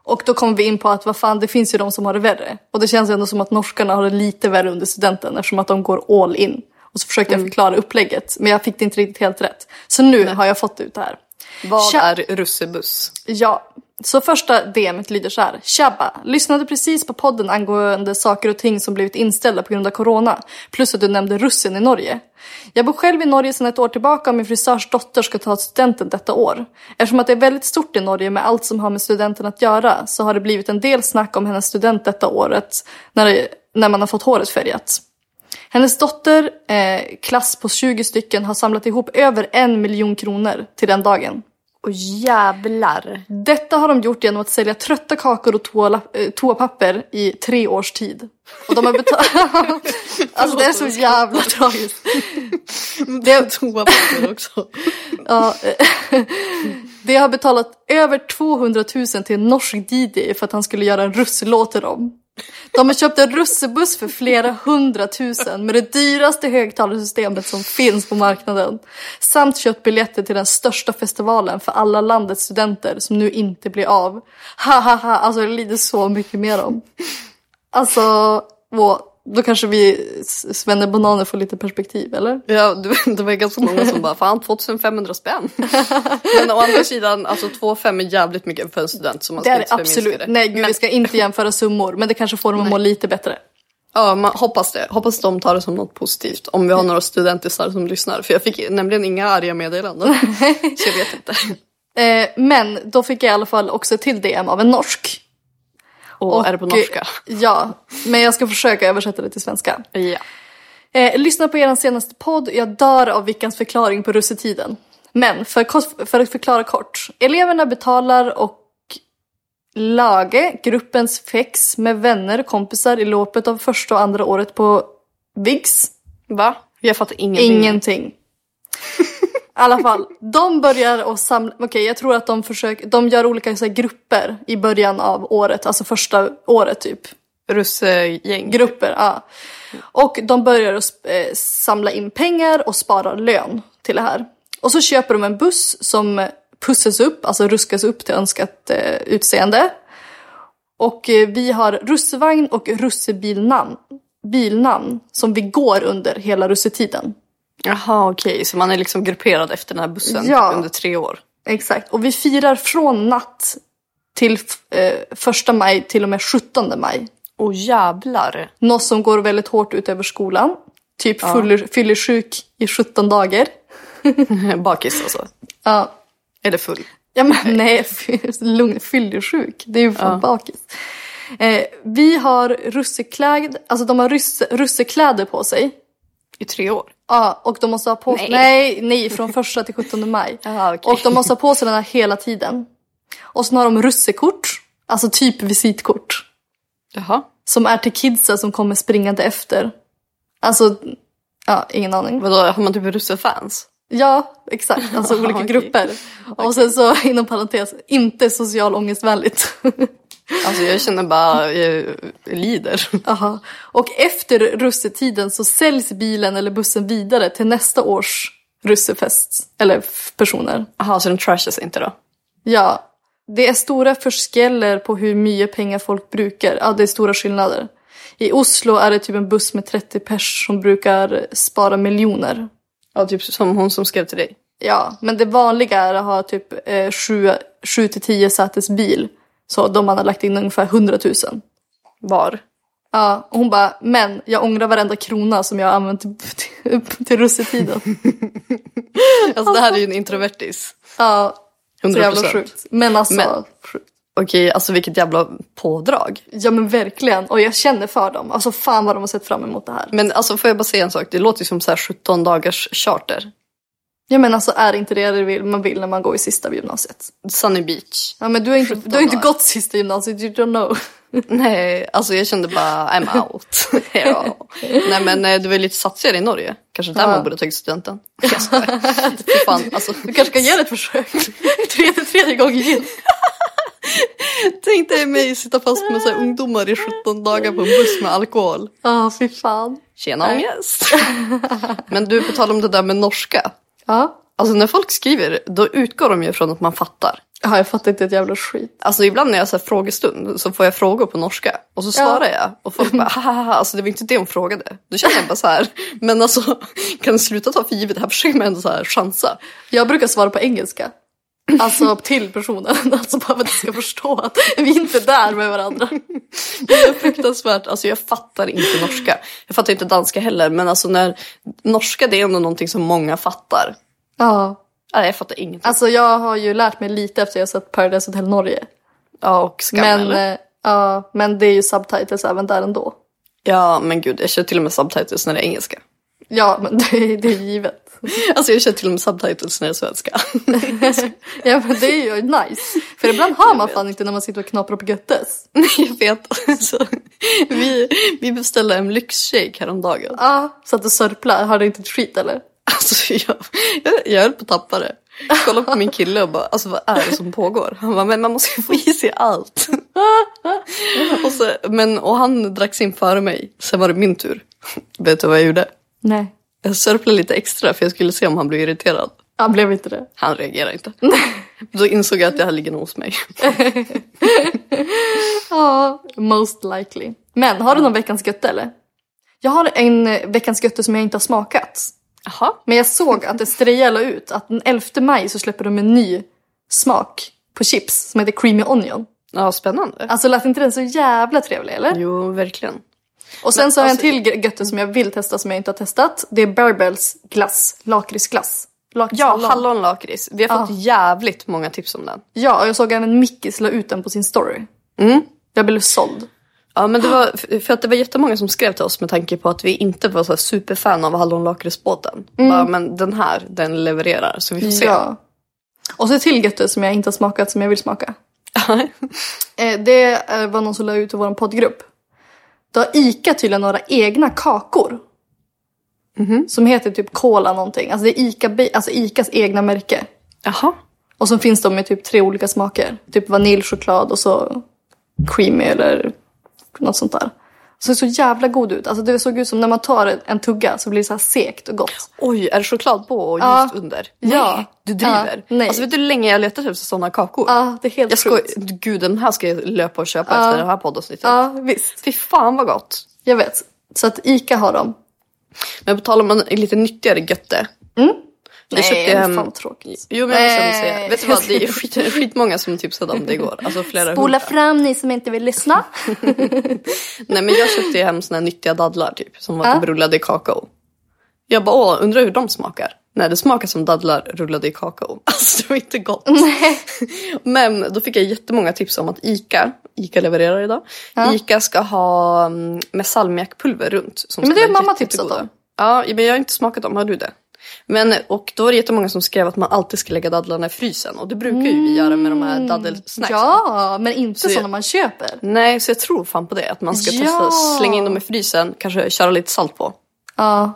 Speaker 2: Och då kom vi in på att vad fan, det finns ju de som har det värre. Och det känns ju ändå som att norskarna har det lite värre under studenten eftersom att de går all in. Och så försökte jag förklara upplägget, men jag fick det inte riktigt helt rätt. Så nu har jag fått ut det här.
Speaker 1: Vad
Speaker 2: Tja.
Speaker 1: är russebuss?
Speaker 2: Ja, så första DMet lyder så här. Tjabba! Lyssnade precis på podden angående saker och ting som blivit inställda på grund av corona. Plus att du nämnde russen i Norge. Jag bor själv i Norge sedan ett år tillbaka och min frisörs dotter ska ta studenten detta år. Eftersom att det är väldigt stort i Norge med allt som har med studenten att göra så har det blivit en del snack om hennes student detta året när, det, när man har fått håret färgat. Hennes dotter, eh, klass på 20 stycken, har samlat ihop över en miljon kronor till den dagen.
Speaker 1: Och jävlar.
Speaker 2: Detta har de gjort genom att sälja trötta kakor och toala, eh, toapapper i tre års tid. Och de har betalat... alltså det är så jävla tragiskt.
Speaker 1: Det är toapapper också.
Speaker 2: Ja, eh, det har betalat över 200 000 till en norsk DJ för att han skulle göra en russelåt till dem. De har köpt en russebuss för flera hundratusen med det dyraste högtalarsystemet som finns på marknaden. Samt köpt biljetter till den största festivalen för alla landets studenter som nu inte blir av. Ha ha ha, alltså jag lider så mycket mer om. Alltså, wow. då kanske vi Svenne Bananer får lite perspektiv, eller?
Speaker 1: Ja, det, det var ganska många som bara fan 2500 spänn. Men å andra sidan, alltså 2500 är jävligt mycket för en student. Så man
Speaker 2: Det
Speaker 1: ska
Speaker 2: är det
Speaker 1: inte förminska
Speaker 2: absolut.
Speaker 1: det.
Speaker 2: Nej, gud,
Speaker 1: Men-
Speaker 2: vi ska inte jämföra summor, men det kanske får dem att må lite bättre.
Speaker 1: Ja, man hoppas det. Hoppas de tar det som något positivt. Om vi har några studentisar som lyssnar. För jag fick nämligen inga arga meddelanden. Så jag vet inte.
Speaker 2: Eh, men då fick jag i alla fall också till DM av en norsk.
Speaker 1: Och, är det på norska?
Speaker 2: Ja, men jag ska försöka översätta det till svenska.
Speaker 1: Ja.
Speaker 2: Eh, lyssna på er senaste podd, jag dör av Vickans förklaring på russetiden. Men för, kort- för att förklara kort. Eleverna betalar och Lage, gruppens fex med vänner och kompisar i loppet av första och andra året på VIGS.
Speaker 1: Va? Jag fattar ingenting.
Speaker 2: Ingenting. I alla fall, de börjar och samla, okej jag tror att de försöker, de gör olika så här, grupper i början av året, alltså första året typ.
Speaker 1: Russegäng.
Speaker 2: Grupper, ja. Och de börjar att sp- eh, samla in pengar och spara lön till det här. Och så köper de en buss som pussas upp, alltså ruskas upp till önskat eh, utseende. Och eh, vi har russevagn och russebilnamn bilnamn som vi går under hela russetiden.
Speaker 1: Jaha okej, så man är liksom grupperad efter den här bussen
Speaker 2: Ja.
Speaker 1: typ under tre år.
Speaker 2: Exakt, och vi firar från natt till f- eh, första maj till och med 17 maj.
Speaker 1: Åh jävlar.
Speaker 2: Något som går väldigt hårt ut över skolan. Typ fyller, fyller sjuk i 17 dagar.
Speaker 1: Bakis alltså.
Speaker 2: Ja.
Speaker 1: Eller full.
Speaker 2: Ja men nej, fy- lugn, fyllersjuk. Det är ju fan bakis. Eh, vi har russekläder, alltså de har russe, russekläder på sig.
Speaker 1: I tre år.
Speaker 2: Ja, och de måste ha på sig, nej, nej, från första till 17 maj.
Speaker 1: Jaha, okej.
Speaker 2: Och de måste ha på sig den här hela tiden. Och sen har de russekort, alltså typ visitkort.
Speaker 1: Jaha.
Speaker 2: Som är till kidsen som kommer springande efter. Alltså, ja, ingen aning.
Speaker 1: Vadå, har man typ russefans?
Speaker 2: Ja, exakt. Alltså olika
Speaker 1: Okej.
Speaker 2: grupper. Och sen så, inom parentes, inte social ångestvänligt.
Speaker 1: Alltså jag känner bara, jag lider.
Speaker 2: Aha. Och efter russetiden så säljs bilen eller bussen vidare till nästa års russefest. Eller f- personer.
Speaker 1: Jaha, så den trashas inte då?
Speaker 2: Ja. Det är stora förskäller på hur mycket pengar folk brukar. Ja, det är stora skillnader. I Oslo är det typ en buss med 30 pers som brukar spara miljoner.
Speaker 1: Ja, typ som hon som skrev till dig.
Speaker 2: Ja, men det vanliga är att ha typ 7-10 sätes bil. Så de man har lagt in ungefär 100 000.
Speaker 1: Var?
Speaker 2: Ja, och hon bara, men jag ångrar varenda krona som jag har använt till, till, till russetiden.
Speaker 1: Alltså det här är ju en introvertis.
Speaker 2: Ja, så
Speaker 1: 100%.
Speaker 2: jävla sjukt. Men alltså,
Speaker 1: Men- Okej, alltså vilket jävla pådrag.
Speaker 2: ja men verkligen. Och jag känner för dem. Alltså fan vad de har sett fram emot det här.
Speaker 1: Men alltså får jag bara säga en sak, det låter ju som så här 17 dagars charter.
Speaker 2: Ja men alltså är inte det det vill- man vill när man går i sista gymnasiet?
Speaker 1: Sunny Beach.
Speaker 2: Ja men du har inte, du har inte
Speaker 1: dagar.
Speaker 2: gått sista gymnasiet, you don't know.
Speaker 1: Nej, alltså jag kände bara I'm out. ja. Nej men eh, det var ju lite satsigare i Norge. Kanske där man borde tagit studenten. Jag skojar. Fy fan, alltså, du kanske kan göra ett försök. tredje, tredje gången gillt. Tänk dig mig sitta fast med så här ungdomar i 17 dagar på en buss med alkohol.
Speaker 2: Ja, fy fan.
Speaker 1: Tjena ångest. men du, på tal om det där med norska.
Speaker 2: Ja.
Speaker 1: Alltså när folk skriver, då utgår de ju från att man fattar.
Speaker 2: ja, jag fattar inte ett jävla skit.
Speaker 1: Alltså ibland när jag har frågestund så får jag frågor på norska och så svarar jag och folk bara haha, alltså det var inte det hon frågade. Då känner jag bara så här, men alltså kan du sluta ta för givet, här försöker man ändå så här chansa.
Speaker 2: Jag brukar svara på engelska. Alltså till personen, alltså bara för att de ska förstå att vi inte är där med varandra.
Speaker 1: Det är fruktansvärt, alltså jag fattar inte norska. Jag fattar inte danska heller, men alltså när norska det är ändå någonting som många fattar.
Speaker 2: Ja.
Speaker 1: Nej, jag fattar ingenting.
Speaker 2: Alltså jag har ju lärt mig lite efter jag sett Paradise Hotel Norge.
Speaker 1: ja, och skam
Speaker 2: Men,
Speaker 1: eller?
Speaker 2: eh, ja, men det är ju subtitles även där ändå.
Speaker 1: Ja, men gud, jag kör till och med subtitles när det är engelska.
Speaker 2: Ja, men det är, det är givet.
Speaker 1: Alltså jag kör till och med subtitles när det är svenska.
Speaker 2: Ja, men det är ju nice. För ibland hör man fan inte när man sitter och knaprar på göttes.
Speaker 1: Nej, jag vet. Alltså, vi, vi beställde en lyxshake häromdagen.
Speaker 2: Ja, så att det sörplar. Hör det inte ett skit eller?
Speaker 1: Alltså, jag, jag, jag höll på att tappa det. Jag kollade på min kille och bara, alltså vad är det som pågår? Han bara, men man måste ju få i sig allt. och, så, men, och han drack sin före mig. Sen var det min tur. Vet du vad jag gjorde?
Speaker 2: Nej.
Speaker 1: Jag sörplade lite extra för jag skulle se om han blev irriterad.
Speaker 2: Ja, blev inte det.
Speaker 1: Han reagerade inte. Då insåg jag att det här ligger nog hos mig.
Speaker 2: Ja, most likely. Men har du någon veckans götte eller? Jag har en eh, veckans götte som jag inte har smakat.
Speaker 1: Jaha.
Speaker 2: Men jag såg att Estrella la ut att den 11 maj så släpper de en ny smak på chips som heter creamy onion.
Speaker 1: Ja, spännande.
Speaker 2: Alltså lät inte den så jävla trevlig eller?
Speaker 1: Jo, verkligen.
Speaker 2: Och sen så har jag en till gre- götte som jag vill testa som jag inte har testat. Det är Bärbels glass, lakritsglass. Lakrits,
Speaker 1: Ja, hallonlakrits. Vi har fått jävligt många tips om den.
Speaker 2: Ja, och jag såg även Mickis la ut den på sin story. Jag blev såld.
Speaker 1: Ja, men det var f- för att det var jättemånga som skrev till oss med tanke på att vi inte var så här superfan av hallonlakritsbåten. Bara, men den här, den levererar. Så vi får se.
Speaker 2: Mm. Ja. Och så ett till götte som jag inte har smakat som jag vill smaka. Eh, det eh, var någon som la ut i vår poddgrupp. Då har ICA tydligen några egna kakor.
Speaker 1: Mhm.
Speaker 2: Som heter typ Cola någonting. Alltså det är ICA, bi- alltså ICAs egna märke.
Speaker 1: Jaha.
Speaker 2: Och så finns de i typ tre olika smaker. Typ vanilj, choklad och så creamy eller något sånt där. Så det såg jävla god ut. Alltså det såg ut som när man tar en tugga så blir det så här sekt och gott.
Speaker 1: Oj, är det choklad på och
Speaker 2: Ja.
Speaker 1: ljust under?
Speaker 2: Ja.
Speaker 1: Nej, du driver.
Speaker 2: Ja, nej.
Speaker 1: Alltså vet du hur länge jag letat efter sådana kakor?
Speaker 2: Ja, det är helt
Speaker 1: jag ska,
Speaker 2: sjukt.
Speaker 1: Gud, den här ska jag löpa och köpa efter det här poddavsnittet.
Speaker 2: Ja, visst.
Speaker 1: Fy fan vad gott.
Speaker 2: Jag vet. Så att ICA har dem.
Speaker 1: Men på tal om en lite nyttigare götte.
Speaker 2: Mm.
Speaker 1: Jag köpte hem-
Speaker 2: fan vad tråkigt.
Speaker 1: Jo men jag måste ändå
Speaker 2: Nej.
Speaker 1: säga, vet du vad det är skit, skitmånga som tipsade om det igår. Alltså flera
Speaker 2: Spola
Speaker 1: hundra.
Speaker 2: fram ni som inte vill lyssna.
Speaker 1: Nej men jag köpte ju hem såna här nyttiga dadlar typ som var rullade i kakao. Jag bara åh, undrar hur de smakar. Nej det smakar som dadlar rullade i kakao. Alltså det var inte gott. men då fick jag jättemånga tips om att ICA, ICA levererar idag, ICA ska ha mm, med salmiakpulver runt. Som
Speaker 2: Men
Speaker 1: ska
Speaker 2: det
Speaker 1: vara
Speaker 2: har mamma
Speaker 1: jättegoda.
Speaker 2: tipsat om.
Speaker 1: Ja, men jag har inte smakat dem. Har du det? Men, och då var det jättemånga som skrev att man alltid ska lägga dadlarna i frysen och det brukar ju vi göra med de här daddelsnacksen.
Speaker 2: Mm. Ja, men inte sådana man köper.
Speaker 1: Nej, så jag tror fan på det. Att man ska
Speaker 2: Ja.
Speaker 1: testa slänga in dem i frysen, kanske köra lite salt på.
Speaker 2: Ja.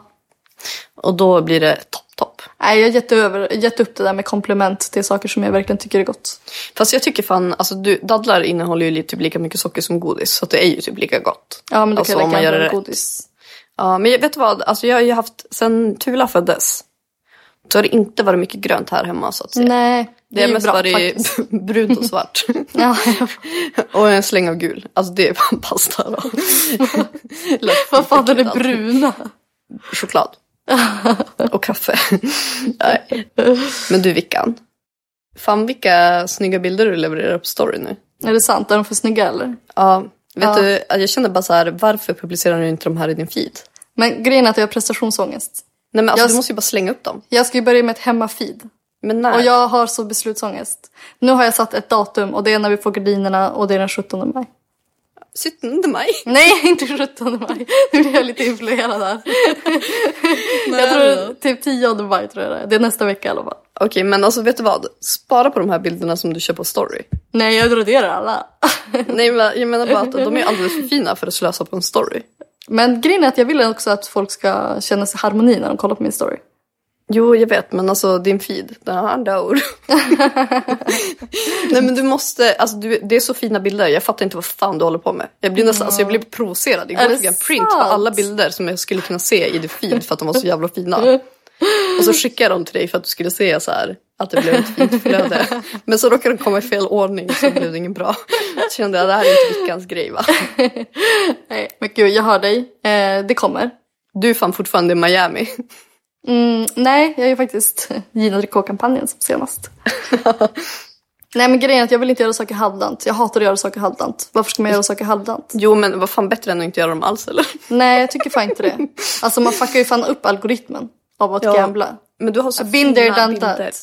Speaker 1: Och då blir det topp, topp.
Speaker 2: Nej, jag har gett, över, gett upp det där med komplement till saker som jag verkligen tycker är gott.
Speaker 1: Fast jag tycker fan, alltså du, dadlar innehåller ju li- typ lika mycket socker som godis. Så att det är ju typ lika gott.
Speaker 2: Ja, men då
Speaker 1: Alltså,
Speaker 2: kan jag
Speaker 1: om man
Speaker 2: lika
Speaker 1: gör
Speaker 2: gärna
Speaker 1: det
Speaker 2: ha
Speaker 1: rätt.
Speaker 2: godis.
Speaker 1: Ja, men jag- vet du vad? Alltså jag har ju haft, sen Tula föddes, så har det inte varit mycket grönt här hemma så att säga.
Speaker 2: Nej,
Speaker 1: Det har
Speaker 2: Mm, är
Speaker 1: mest
Speaker 2: bra
Speaker 1: varit
Speaker 2: faktiskt.
Speaker 1: brunt och svart.
Speaker 2: Ja,
Speaker 1: Och en släng av gul. Alltså det är fan pasta då. Alltså.
Speaker 2: vad fan den är bruna.
Speaker 1: Choklad. Och kaffe. Nej. Men du Vickan. Fan vilka snygga bilder du levererar på story nu.
Speaker 2: Är det sant? Är de för snygga eller?
Speaker 1: Ja, vet du, jag känner bara så här, varför publicerar du inte de här i din feed?
Speaker 2: Men grejen är att jag har prestationsångest.
Speaker 1: Nej men alltså,
Speaker 2: Jag-
Speaker 1: du måste ju bara slänga upp dem.
Speaker 2: Jag ska ju börja med ett hemmafeed.
Speaker 1: Men när?
Speaker 2: Och jag har så beslutsångest. Nu har jag satt ett datum och det är när vi får gardinerna och det är den 17 maj.
Speaker 1: 17 maj.
Speaker 2: Nej, inte 17 maj. Nu blir jag lite influerad här. jag tror typ 10 maj tror jag det är. Det är nästa vecka i alla fall.
Speaker 1: Okej men alltså vet du vad? Spara på de här bilderna som du kör på story.
Speaker 2: Nej, jag raderar alla.
Speaker 1: Nej men jag menar bara att de är alldeles för fina för att slösa på en story.
Speaker 2: Men grejen är att jag vill också att folk ska känna sig i harmoni när de kollar på min story.
Speaker 1: Jo, jag vet, men alltså din feed, den har andra ord. Nej men du måste, alltså du, det är så fina bilder, jag fattar inte vad fan du håller på med. Jag blir nästan, alltså jag blev provocerad. Igår
Speaker 2: Är det
Speaker 1: tog jag en print på
Speaker 2: sant?
Speaker 1: alla bilder som jag skulle kunna se i din feed för att de var så jävla fina. Och så skickade jag dem till dig för att du skulle se så här att det blev ett fint flöde. Men så råkade de komma i fel ordning och så blev det ingen bra. Så kände jag, det här är inte veckans grej va.
Speaker 2: Nej, men gud, jag hör dig. Eh, det kommer.
Speaker 1: Du är fan fortfarande i Miami.
Speaker 2: Mm, nej, jag är ju faktiskt Gina Tricot-kampanjen som senast. nej, men grejen är att jag vill inte göra saker halvdant. Jag hatar att göra saker halvdant. Varför ska man göra saker halvdant?
Speaker 1: Jo men vad fan bättre än att inte göra dem alls eller?
Speaker 2: Nej, jag tycker fan inte det. Alltså man fuckar ju fan upp algoritmen av att
Speaker 1: Ja.
Speaker 2: gambla.
Speaker 1: Men du har så
Speaker 2: Been there,
Speaker 1: fina
Speaker 2: done
Speaker 1: bilder.
Speaker 2: that.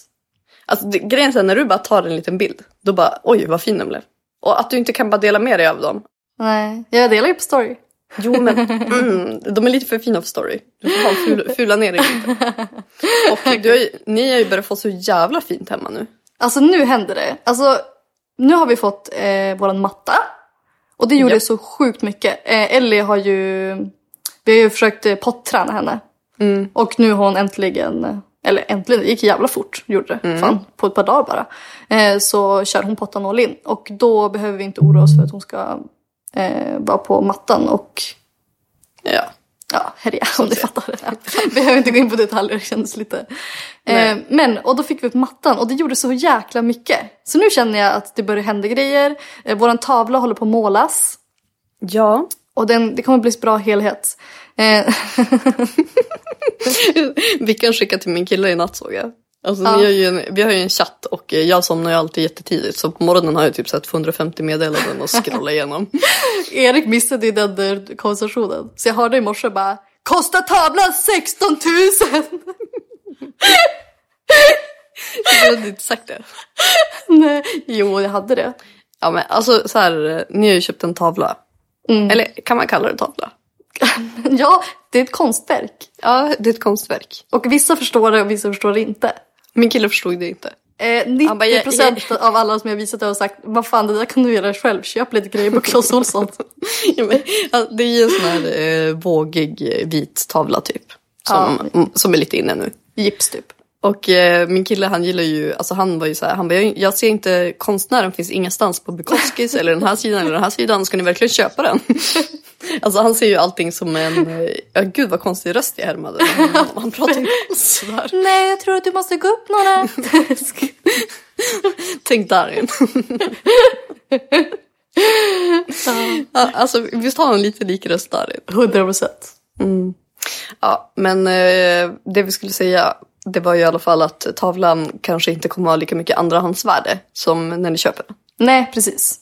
Speaker 1: Alltså, det, grejen är när du bara tar en liten bild, då bara oj vad fin den blev. Och att du inte kan bara dela med dig av dem.
Speaker 2: Nej, jag delar ju på story.
Speaker 1: Jo men mm, de är lite för fina för story. Du får fan fula, fula ner dig lite. Och du har ju, ni har ju börjat få så jävla fint hemma nu.
Speaker 2: Alltså nu händer det. Alltså nu har vi fått eh, våran matta. Och det gjorde
Speaker 1: Japp.
Speaker 2: så sjukt mycket. Eh, Ellie har ju... Vi har ju försökt eh, potträna henne. Och nu har hon äntligen... eh, Eller äntligen, det gick jävla fort. Gjorde det. Fan, på ett par dagar bara. Eh, så kör hon pottan all in. Och då behöver vi inte oroa oss för att hon ska eh, vara på mattan och
Speaker 1: Ja.
Speaker 2: Ja, herja, om du fattar. Ja. Behöver inte gå in på detaljer, det kändes lite. Eh, men, och då fick vi upp mattan och det gjorde så jäkla mycket. Så nu känner jag att det börjar hända grejer. Eh, våran tavla håller på att målas.
Speaker 1: Ja.
Speaker 2: Och den, det kommer bli så bra helhet. Eh,
Speaker 1: Vickan skickade till min kille i natt såg jag. Alltså,
Speaker 2: Ja.
Speaker 1: vi, har ju en, vi har ju en chatt och eh, jag somnar ju alltid jättetidigt så på morgonen har jag typ sett 250 meddelanden att scrolla igenom.
Speaker 2: Erik missade ju den där konversationen. Så jag hörde i morse bara Kostar tavlan 16 000!
Speaker 1: Jag hade inte sagt det.
Speaker 2: Nej. Jo, jag hade det.
Speaker 1: Ja men alltså så här, eh, ni har ju köpt en tavla. Eller kan man kalla det tavla?
Speaker 2: Ja, det är ett konstverk.
Speaker 1: Ja, det är ett konstverk.
Speaker 2: Och vissa förstår det och vissa förstår det inte.
Speaker 1: Min kille förstod det inte.
Speaker 2: Eh, 90
Speaker 1: Han bara, jag-
Speaker 2: procent av alla som jag visat det har sagt vad fan det där kan du göra själv, köp lite grejer på Clas Ohlson.
Speaker 1: Ja, men, alltså, det är ju en sån här eh, vågig eh, vit tavla typ. Som, m- som är lite inne nu.
Speaker 2: Gips typ.
Speaker 1: Och eh, min kille han gillar ju, alltså han var ju så här, han bara, jag, jag ser inte, konstnären finns ingenstans på Bukowskis eller den här sidan eller den här sidan, ska ni verkligen köpa den? alltså han ser ju allting som en, eh, ja gud vad konstig röst jag härmade. Han, han pratar inte alls sådär.
Speaker 2: Nej, jag tror att du måste gå upp några.
Speaker 1: Tänk Darin. Ja, alltså visst har han lite lik röst Darin?
Speaker 2: 100 procent.
Speaker 1: Ja, men eh, det vi skulle säga det var ju i alla fall att tavlan kanske inte kommer ha lika mycket andrahandsvärde som när ni köper den.
Speaker 2: Nej, precis.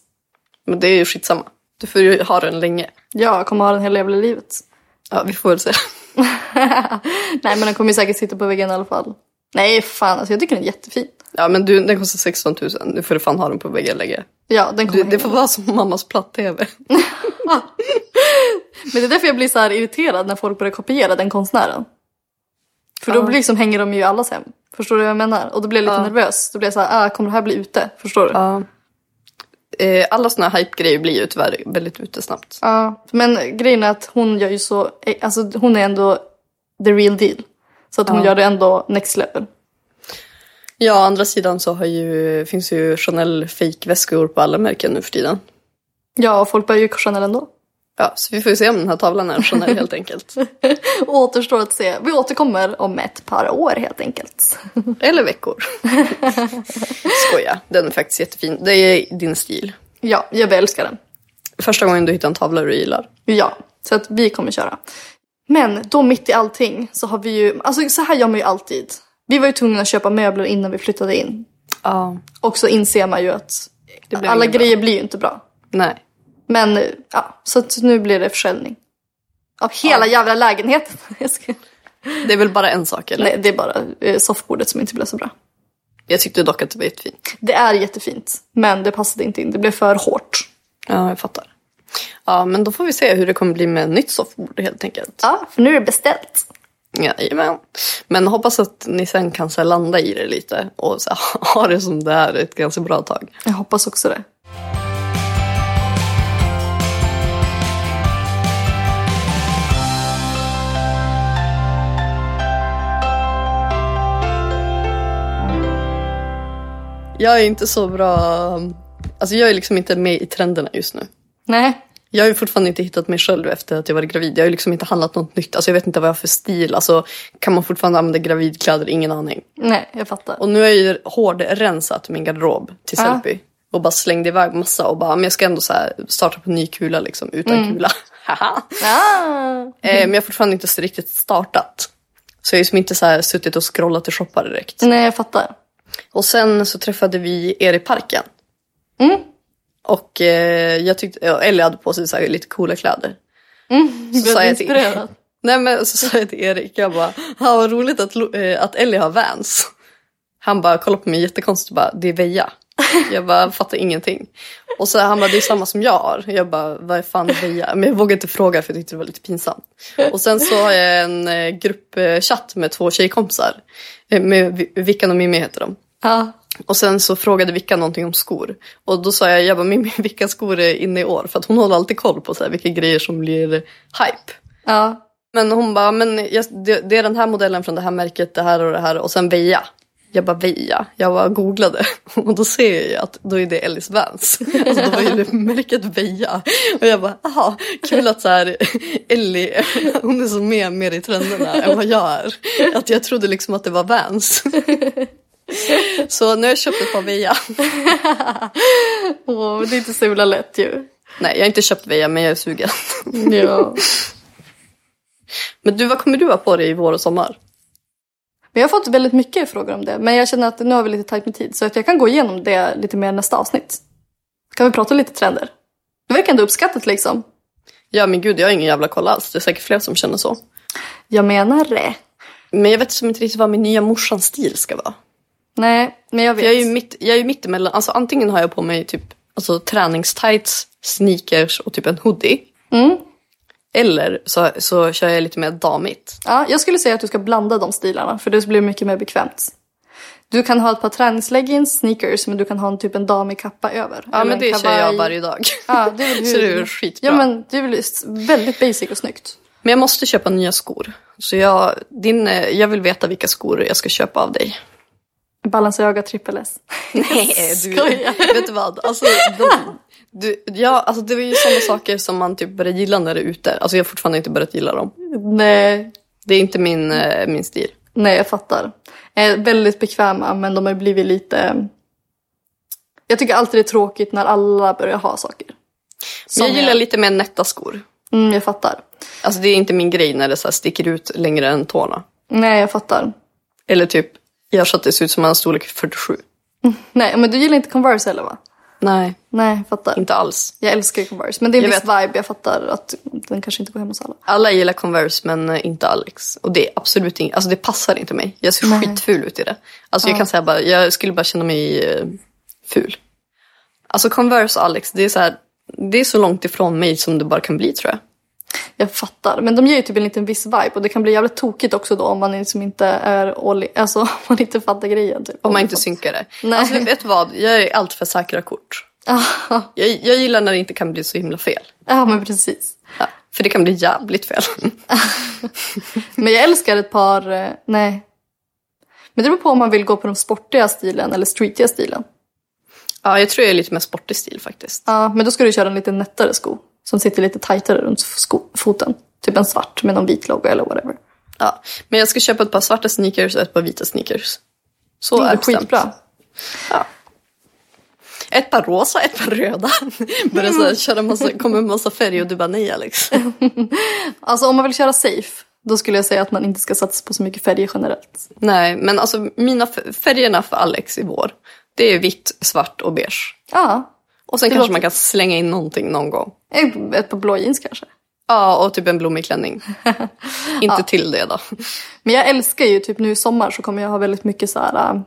Speaker 1: Men det är ju skitsamma. Du får ju ha den länge.
Speaker 2: Ja, jag kommer ha den hela jävla livet.
Speaker 1: Ja, vi får väl se.
Speaker 2: Nej, men den kommer ju säkert sitta på väggen i alla fall. Nej, fan alltså jag tycker den är jättefin.
Speaker 1: Ja, men du, den kostar 16 000. Nu får du fan ha den på väggen länge.
Speaker 2: Ja, den
Speaker 1: Du,
Speaker 2: kommer
Speaker 1: det
Speaker 2: hänga.
Speaker 1: får vara som mammas platt-tv.
Speaker 2: Men det är därför jag blir så här irriterad när folk börjar kopiera den konstnären. För då
Speaker 1: Ja.
Speaker 2: blir liksom, hänger de ju i allas hem. Förstår du vad jag menar? Och då blir jag lite
Speaker 1: Ja.
Speaker 2: nervös. Då blir jag så här, ah, kommer det här bli ute? Förstår du?
Speaker 1: Ja. Eh, alla såna här hype-grejer blir ju tyvärr väldigt ute snabbt.
Speaker 2: Ja, men grejen är att hon gör ju så, alltså hon är ändå the real deal. Så att hon gör det ändå next level.
Speaker 1: Ja, å andra sidan så har ju, finns ju Chanel fake-väskor på alla märken nu för tiden.
Speaker 2: Ja, och folk börjar ju Chanel ändå.
Speaker 1: Ja, så vi får ju se om den här tavlan är Chanel helt enkelt.
Speaker 2: Återstår att se. Vi återkommer om ett par år helt enkelt.
Speaker 1: Eller veckor. Skoja, den är faktiskt jättefin. Det är din stil.
Speaker 2: Ja, jag älskar den.
Speaker 1: Första gången du hittar en tavla du gillar.
Speaker 2: Ja, så att vi kommer köra. Men då mitt i allting så har vi ju, alltså så här gör man ju alltid. Vi var ju tvungna att köpa möbler innan vi flyttade in.
Speaker 1: Ja.
Speaker 2: Och så inser man ju att
Speaker 1: blir
Speaker 2: alla
Speaker 1: inget bra.
Speaker 2: grejer blir ju inte bra.
Speaker 1: Nej.
Speaker 2: Men ja, så att nu blir det försäljning. Av hela jävla lägenheten. Jag ska...
Speaker 1: Det är väl bara en sak eller?
Speaker 2: Nej, det är bara eh, soffbordet som inte blev så bra.
Speaker 1: Jag tyckte dock att det var jättefint.
Speaker 2: Det är jättefint, men det passade inte in. Det blev för hårt.
Speaker 1: Ja, jag fattar. Ja, men då får vi se hur det kommer bli med nytt soffbord helt enkelt.
Speaker 2: Ja, för nu är det beställt.
Speaker 1: Jajamän. Men hoppas att ni sen kan så här, landa i det lite och så här, ha det som det är ett ganska bra tag.
Speaker 2: Jag hoppas också det.
Speaker 1: Jag är inte så bra... Alltså jag är liksom inte med i trenderna just nu.
Speaker 2: Nej,
Speaker 1: Jag har ju fortfarande inte hittat mig själv efter att jag var gravid. Jag har ju liksom inte handlat något nytt. Alltså jag vet inte vad jag har för stil. Alltså kan man fortfarande använda gravidkläder? Ingen aning.
Speaker 2: nej, jag fattar.
Speaker 1: Och nu har jag ju hårdrensat min garderob till
Speaker 2: Ja.
Speaker 1: Sellpy. Och bara slängde iväg massa och bara, "Ah, men jag ska ändå så här starta på ny kula liksom, utan kula. Haha.
Speaker 2: Ah.
Speaker 1: Eh, men jag har fortfarande inte så riktigt startat. Så jag har liksom inte så här suttit och scrollat och shoppat direkt.
Speaker 2: Nej, jag fattar.
Speaker 1: Och sen så träffade vi er i parken. Och eh, jag tyckte, ja, Ellie hade på sig så här lite coola kläder.
Speaker 2: Du
Speaker 1: sa
Speaker 2: blev
Speaker 1: jag till-
Speaker 2: inspirerad.
Speaker 1: Nej men så sa jag till Erik, jag bara, "Ha, vad roligt att, Lo- eh, att Ellie har Vans. Han bara kollade på mig jättekonstigt och bara, det är Veja. Jag bara fattar ingenting. Och så han bara, det är samma som jag har. Jag bara, vad är fan Veja? Men jag vågade inte fråga för jag tyckte det var lite pinsamt. Och sen så har jag en eh, gruppchatt med två tjejkompisar. Eh, Med Vi- Vickan och Mimmi heter de.
Speaker 2: Ja.
Speaker 1: Och sen så frågade Vickan någonting om skor. Och då sa jag, jag bara, Mimmi vilka skor är inne i år? För att hon håller alltid koll på så här, vilka grejer som blir hype.
Speaker 2: ja.
Speaker 1: Men hon bara, men jag, det, det är den här modellen från det här märket, det här och det här och sen Veja. Jag bara Veja, jag bara googlade och då ser jag ju att då är det Ellis Vans. Alltså då var ju märket Veja. Och jag bara, aha, kul att så här Ellie, hon är så med mer i trenderna än vad jag är. Att jag trodde liksom att det var Vans. Så nu har jag köpt ett par Veja.
Speaker 2: Åh, men det är inte så himla lätt ju.
Speaker 1: Nej, jag har inte köpt Veja men jag är sugen.
Speaker 2: Ja.
Speaker 1: Men du, vad kommer du ha på dig i vår och sommar?
Speaker 2: Men jag har fått väldigt mycket frågor om det. Men jag känner att nu har vi lite tajt med tid så att jag kan gå igenom det lite mer nästa avsnitt. Kan vi prata lite trender? Det verkar ändå uppskattat liksom.
Speaker 1: Ja men gud, jag har ingen jävla koll alls. Det är säkert fler som känner så.
Speaker 2: Jag menar det.
Speaker 1: Men jag vet som inte riktigt vad min nya morsans stil ska vara.
Speaker 2: Nej, men jag vet.
Speaker 1: För jag är ju mitt, jag är ju mitt emellan. Alltså antingen har jag på mig typ alltså, träningstights, sneakers och typ en hoodie.
Speaker 2: Mm.
Speaker 1: Eller så, så kör jag lite mer damigt.
Speaker 2: Ja, jag skulle säga att du ska blanda de stilarna för det blir mycket mer bekvämt. Du kan ha ett par träningsleggings, sneakers, men du kan ha en typ en damig kappa över.
Speaker 1: Ja
Speaker 2: Eller
Speaker 1: men
Speaker 2: en
Speaker 1: det kör jag
Speaker 2: kavaj.
Speaker 1: varje dag.
Speaker 2: Ja, det är väl
Speaker 1: Så det är
Speaker 2: hur...
Speaker 1: väl skitbra.
Speaker 2: Ja, men det är väl väldigt basic och snyggt.
Speaker 1: Men jag måste köpa nya skor. Så jag, din, eh, jag vill veta vilka skor jag ska köpa av dig.
Speaker 2: Balenciaga triple S.
Speaker 1: Nej, du, vet du vad? Alltså, de, du, ja, alltså, det var ju sådana saker som man typ börjar gilla när det är ute. Alltså, jag har fortfarande inte börjat gilla dem.
Speaker 2: Nej,
Speaker 1: Det är inte min, eh, min stil.
Speaker 2: nej, jag fattar. Eh, väldigt bekväma, men de har blivit lite... Jag tycker alltid det är tråkigt när alla börjar ha saker.
Speaker 1: Men
Speaker 2: Som
Speaker 1: jag gillar lite mer nätta skor.
Speaker 2: Mm, jag fattar.
Speaker 1: Alltså, det är inte min grej när det så här sticker ut längre än tårna.
Speaker 2: Nej, jag fattar.
Speaker 1: Eller typ, jag så att det ser ut som en storlek 47.
Speaker 2: Nej, men du gillar inte Converse heller va?
Speaker 1: Nej,
Speaker 2: Nej, jag fattar.
Speaker 1: inte alls.
Speaker 2: Jag älskar ju Converse, men det är en
Speaker 1: Jag
Speaker 2: viss vibe. Jag fattar att den kanske inte går hem hos alla.
Speaker 1: Alla gillar Converse men eh, inte Alex. Och det är absolut inget, alltså det passar inte mig. Jag ser skitful ut i det. Alltså jag kan säga bara, jag skulle bara känna mig eh, ful. Alltså Converse och Alex, det är så här, det är så långt ifrån mig som det bara kan bli tror jag.
Speaker 2: Jag fattar, men de ger ju typ en liten viss vibe och det kan bli jävligt tokigt också då om man liksom inte är all i- alltså om man inte fattar grejen. Typ.
Speaker 1: Om man inte synkar det.
Speaker 2: Nej.
Speaker 1: Alltså vet du vad, jag är allt för säkra kort. Jag, jag gillar när det inte kan bli så himla fel.
Speaker 2: Ja, men precis.
Speaker 1: Ja, för det kan bli jävligt fel.
Speaker 2: Men jag älskar ett par, eh, nej. Men det beror på om man vill gå på den sportiga stilen eller streetiga stilen.
Speaker 1: ja, jag tror jag är lite mer sportig stil faktiskt.
Speaker 2: Ja, men då ska du köra en lite nättare sko som sitter lite tajtare runt sko- foten. Typ en svart med någon vit logga eller whatever.
Speaker 1: Ja. Men jag ska köpa ett par svarta sneakers och ett par vita sneakers. Så
Speaker 2: Det
Speaker 1: är
Speaker 2: är
Speaker 1: det bestämt.
Speaker 2: skitbra.
Speaker 1: Ett par rosa, ett par röda. Börjar så här, köra
Speaker 2: Mm.
Speaker 1: massa, kommer en massa färger och du bara nej Alex.
Speaker 2: Alltså om man vill köra safe, då skulle jag säga att man inte ska satsa på så mycket färger generellt.
Speaker 1: nej, men alltså mina f- färgerna för Alex i vår, det är vitt, svart och beige.
Speaker 2: Ja,
Speaker 1: Och sen
Speaker 2: Det
Speaker 1: kanske
Speaker 2: låter-
Speaker 1: man kan slänga in någonting någon gång.
Speaker 2: ett, ett par blå jeans kanske.
Speaker 1: Ja, och typ en blommig klänning. Inte till det då.
Speaker 2: Men jag älskar ju, typ nu i sommar så kommer jag ha väldigt mycket så här... äh,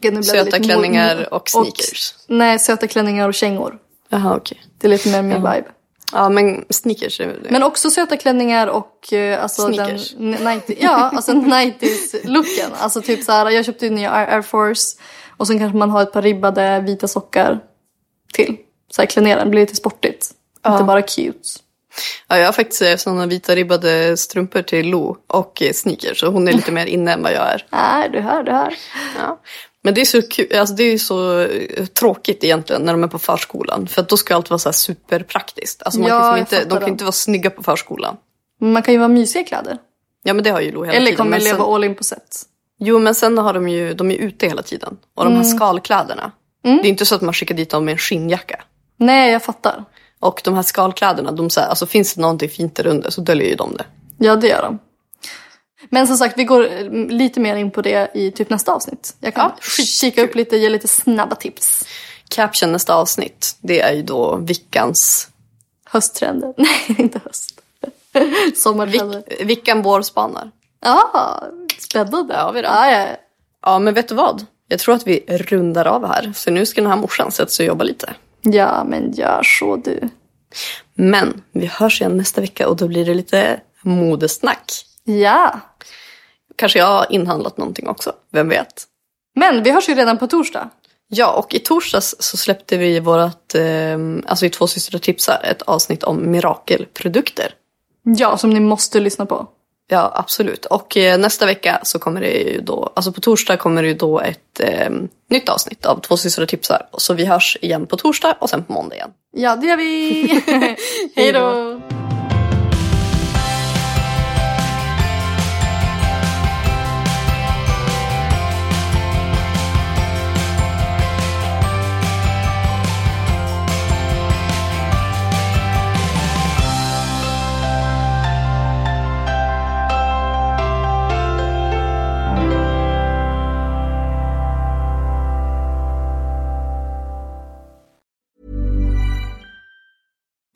Speaker 2: gud, nu blev
Speaker 1: Söta
Speaker 2: det lite mo-
Speaker 1: klänningar och sneakers.
Speaker 2: nej, söta klänningar och kängor.
Speaker 1: Jaha, okej.
Speaker 2: Det är lite mer
Speaker 1: Mm.
Speaker 2: min vibe.
Speaker 1: Ja, men sneakers är väl det.
Speaker 2: Men också söta klänningar och eh, alltså
Speaker 1: Sneakers.
Speaker 2: den... n- 90, ja, alltså 90s-looken. Alltså typ så här, jag köpte ju nya Air Air Force och sen kanske man har ett par ribbade vita sockar till. Så här klaneren blir lite sportigt. Inte bara cute.
Speaker 1: Ja, jag har faktiskt sådana vita ribbade strumpor till Lo och eh, sneakers. Så hon är lite mer inne än vad jag är.
Speaker 2: Nej, du hör, du hör.
Speaker 1: Ja. Men det är så kul, alltså det är ju så eh, tråkigt egentligen när de är på förskolan. För att då ska allt vara så här superpraktiskt. Alltså man
Speaker 2: Ja,
Speaker 1: kan
Speaker 2: jag
Speaker 1: liksom inte,
Speaker 2: fattar
Speaker 1: de kan
Speaker 2: det.
Speaker 1: inte vara snygga på förskolan.
Speaker 2: Men Man kan ju vara mysiga i kläder.
Speaker 1: Ja men det har ju Lo hela
Speaker 2: Eller
Speaker 1: tiden.
Speaker 2: kommer
Speaker 1: men
Speaker 2: leva
Speaker 1: sen,
Speaker 2: all in på set.
Speaker 1: jo men sen har de ju, de är ute hela tiden. Och de här
Speaker 2: Mm.
Speaker 1: skalkläderna. Det är inte så att man skickar dit dem med en skinnjacka.
Speaker 2: Nej, jag fattar.
Speaker 1: Och de här skalkläderna, de så här, alltså finns det någonting fint där under så döljer ju de det.
Speaker 2: Ja, det gör de. Men som sagt, vi går eh, lite mer in på det i typ nästa avsnitt. Jag kan
Speaker 1: Ja,
Speaker 2: kika upp lite, ge lite snabba tips.
Speaker 1: Caption nästa avsnitt, det är ju då veckans,
Speaker 2: Hösttrender. Nej, inte höst. Sommartrender.
Speaker 1: vick, vickan vår spanar.
Speaker 2: Ja, spännande.
Speaker 1: Där har vi det.
Speaker 2: Ja, ja.
Speaker 1: Ja, men vet du vad? Jag tror att vi rundar av här, för nu ska den här morsan sätta sig och jobba lite.
Speaker 2: ja, men gör så du.
Speaker 1: Men vi hörs igen nästa vecka och då blir det lite modesnack.
Speaker 2: Ja.
Speaker 1: Kanske jag har inhandlat någonting också, vem vet?
Speaker 2: Men vi hörs ju redan på torsdag.
Speaker 1: Ja, och i torsdags så släppte vi vårat, eh, alltså i Två systrar tipsar, ett avsnitt om mirakelprodukter.
Speaker 2: Ja, som ni måste lyssna på.
Speaker 1: Ja, absolut. Och eh, nästa vecka så kommer det ju då, alltså på torsdag kommer det ju då ett eh, nytt avsnitt av Två systrar tipsar. Så vi hörs igen på torsdag och sen på måndag igen.
Speaker 2: Ja, det gör vi. Hej då.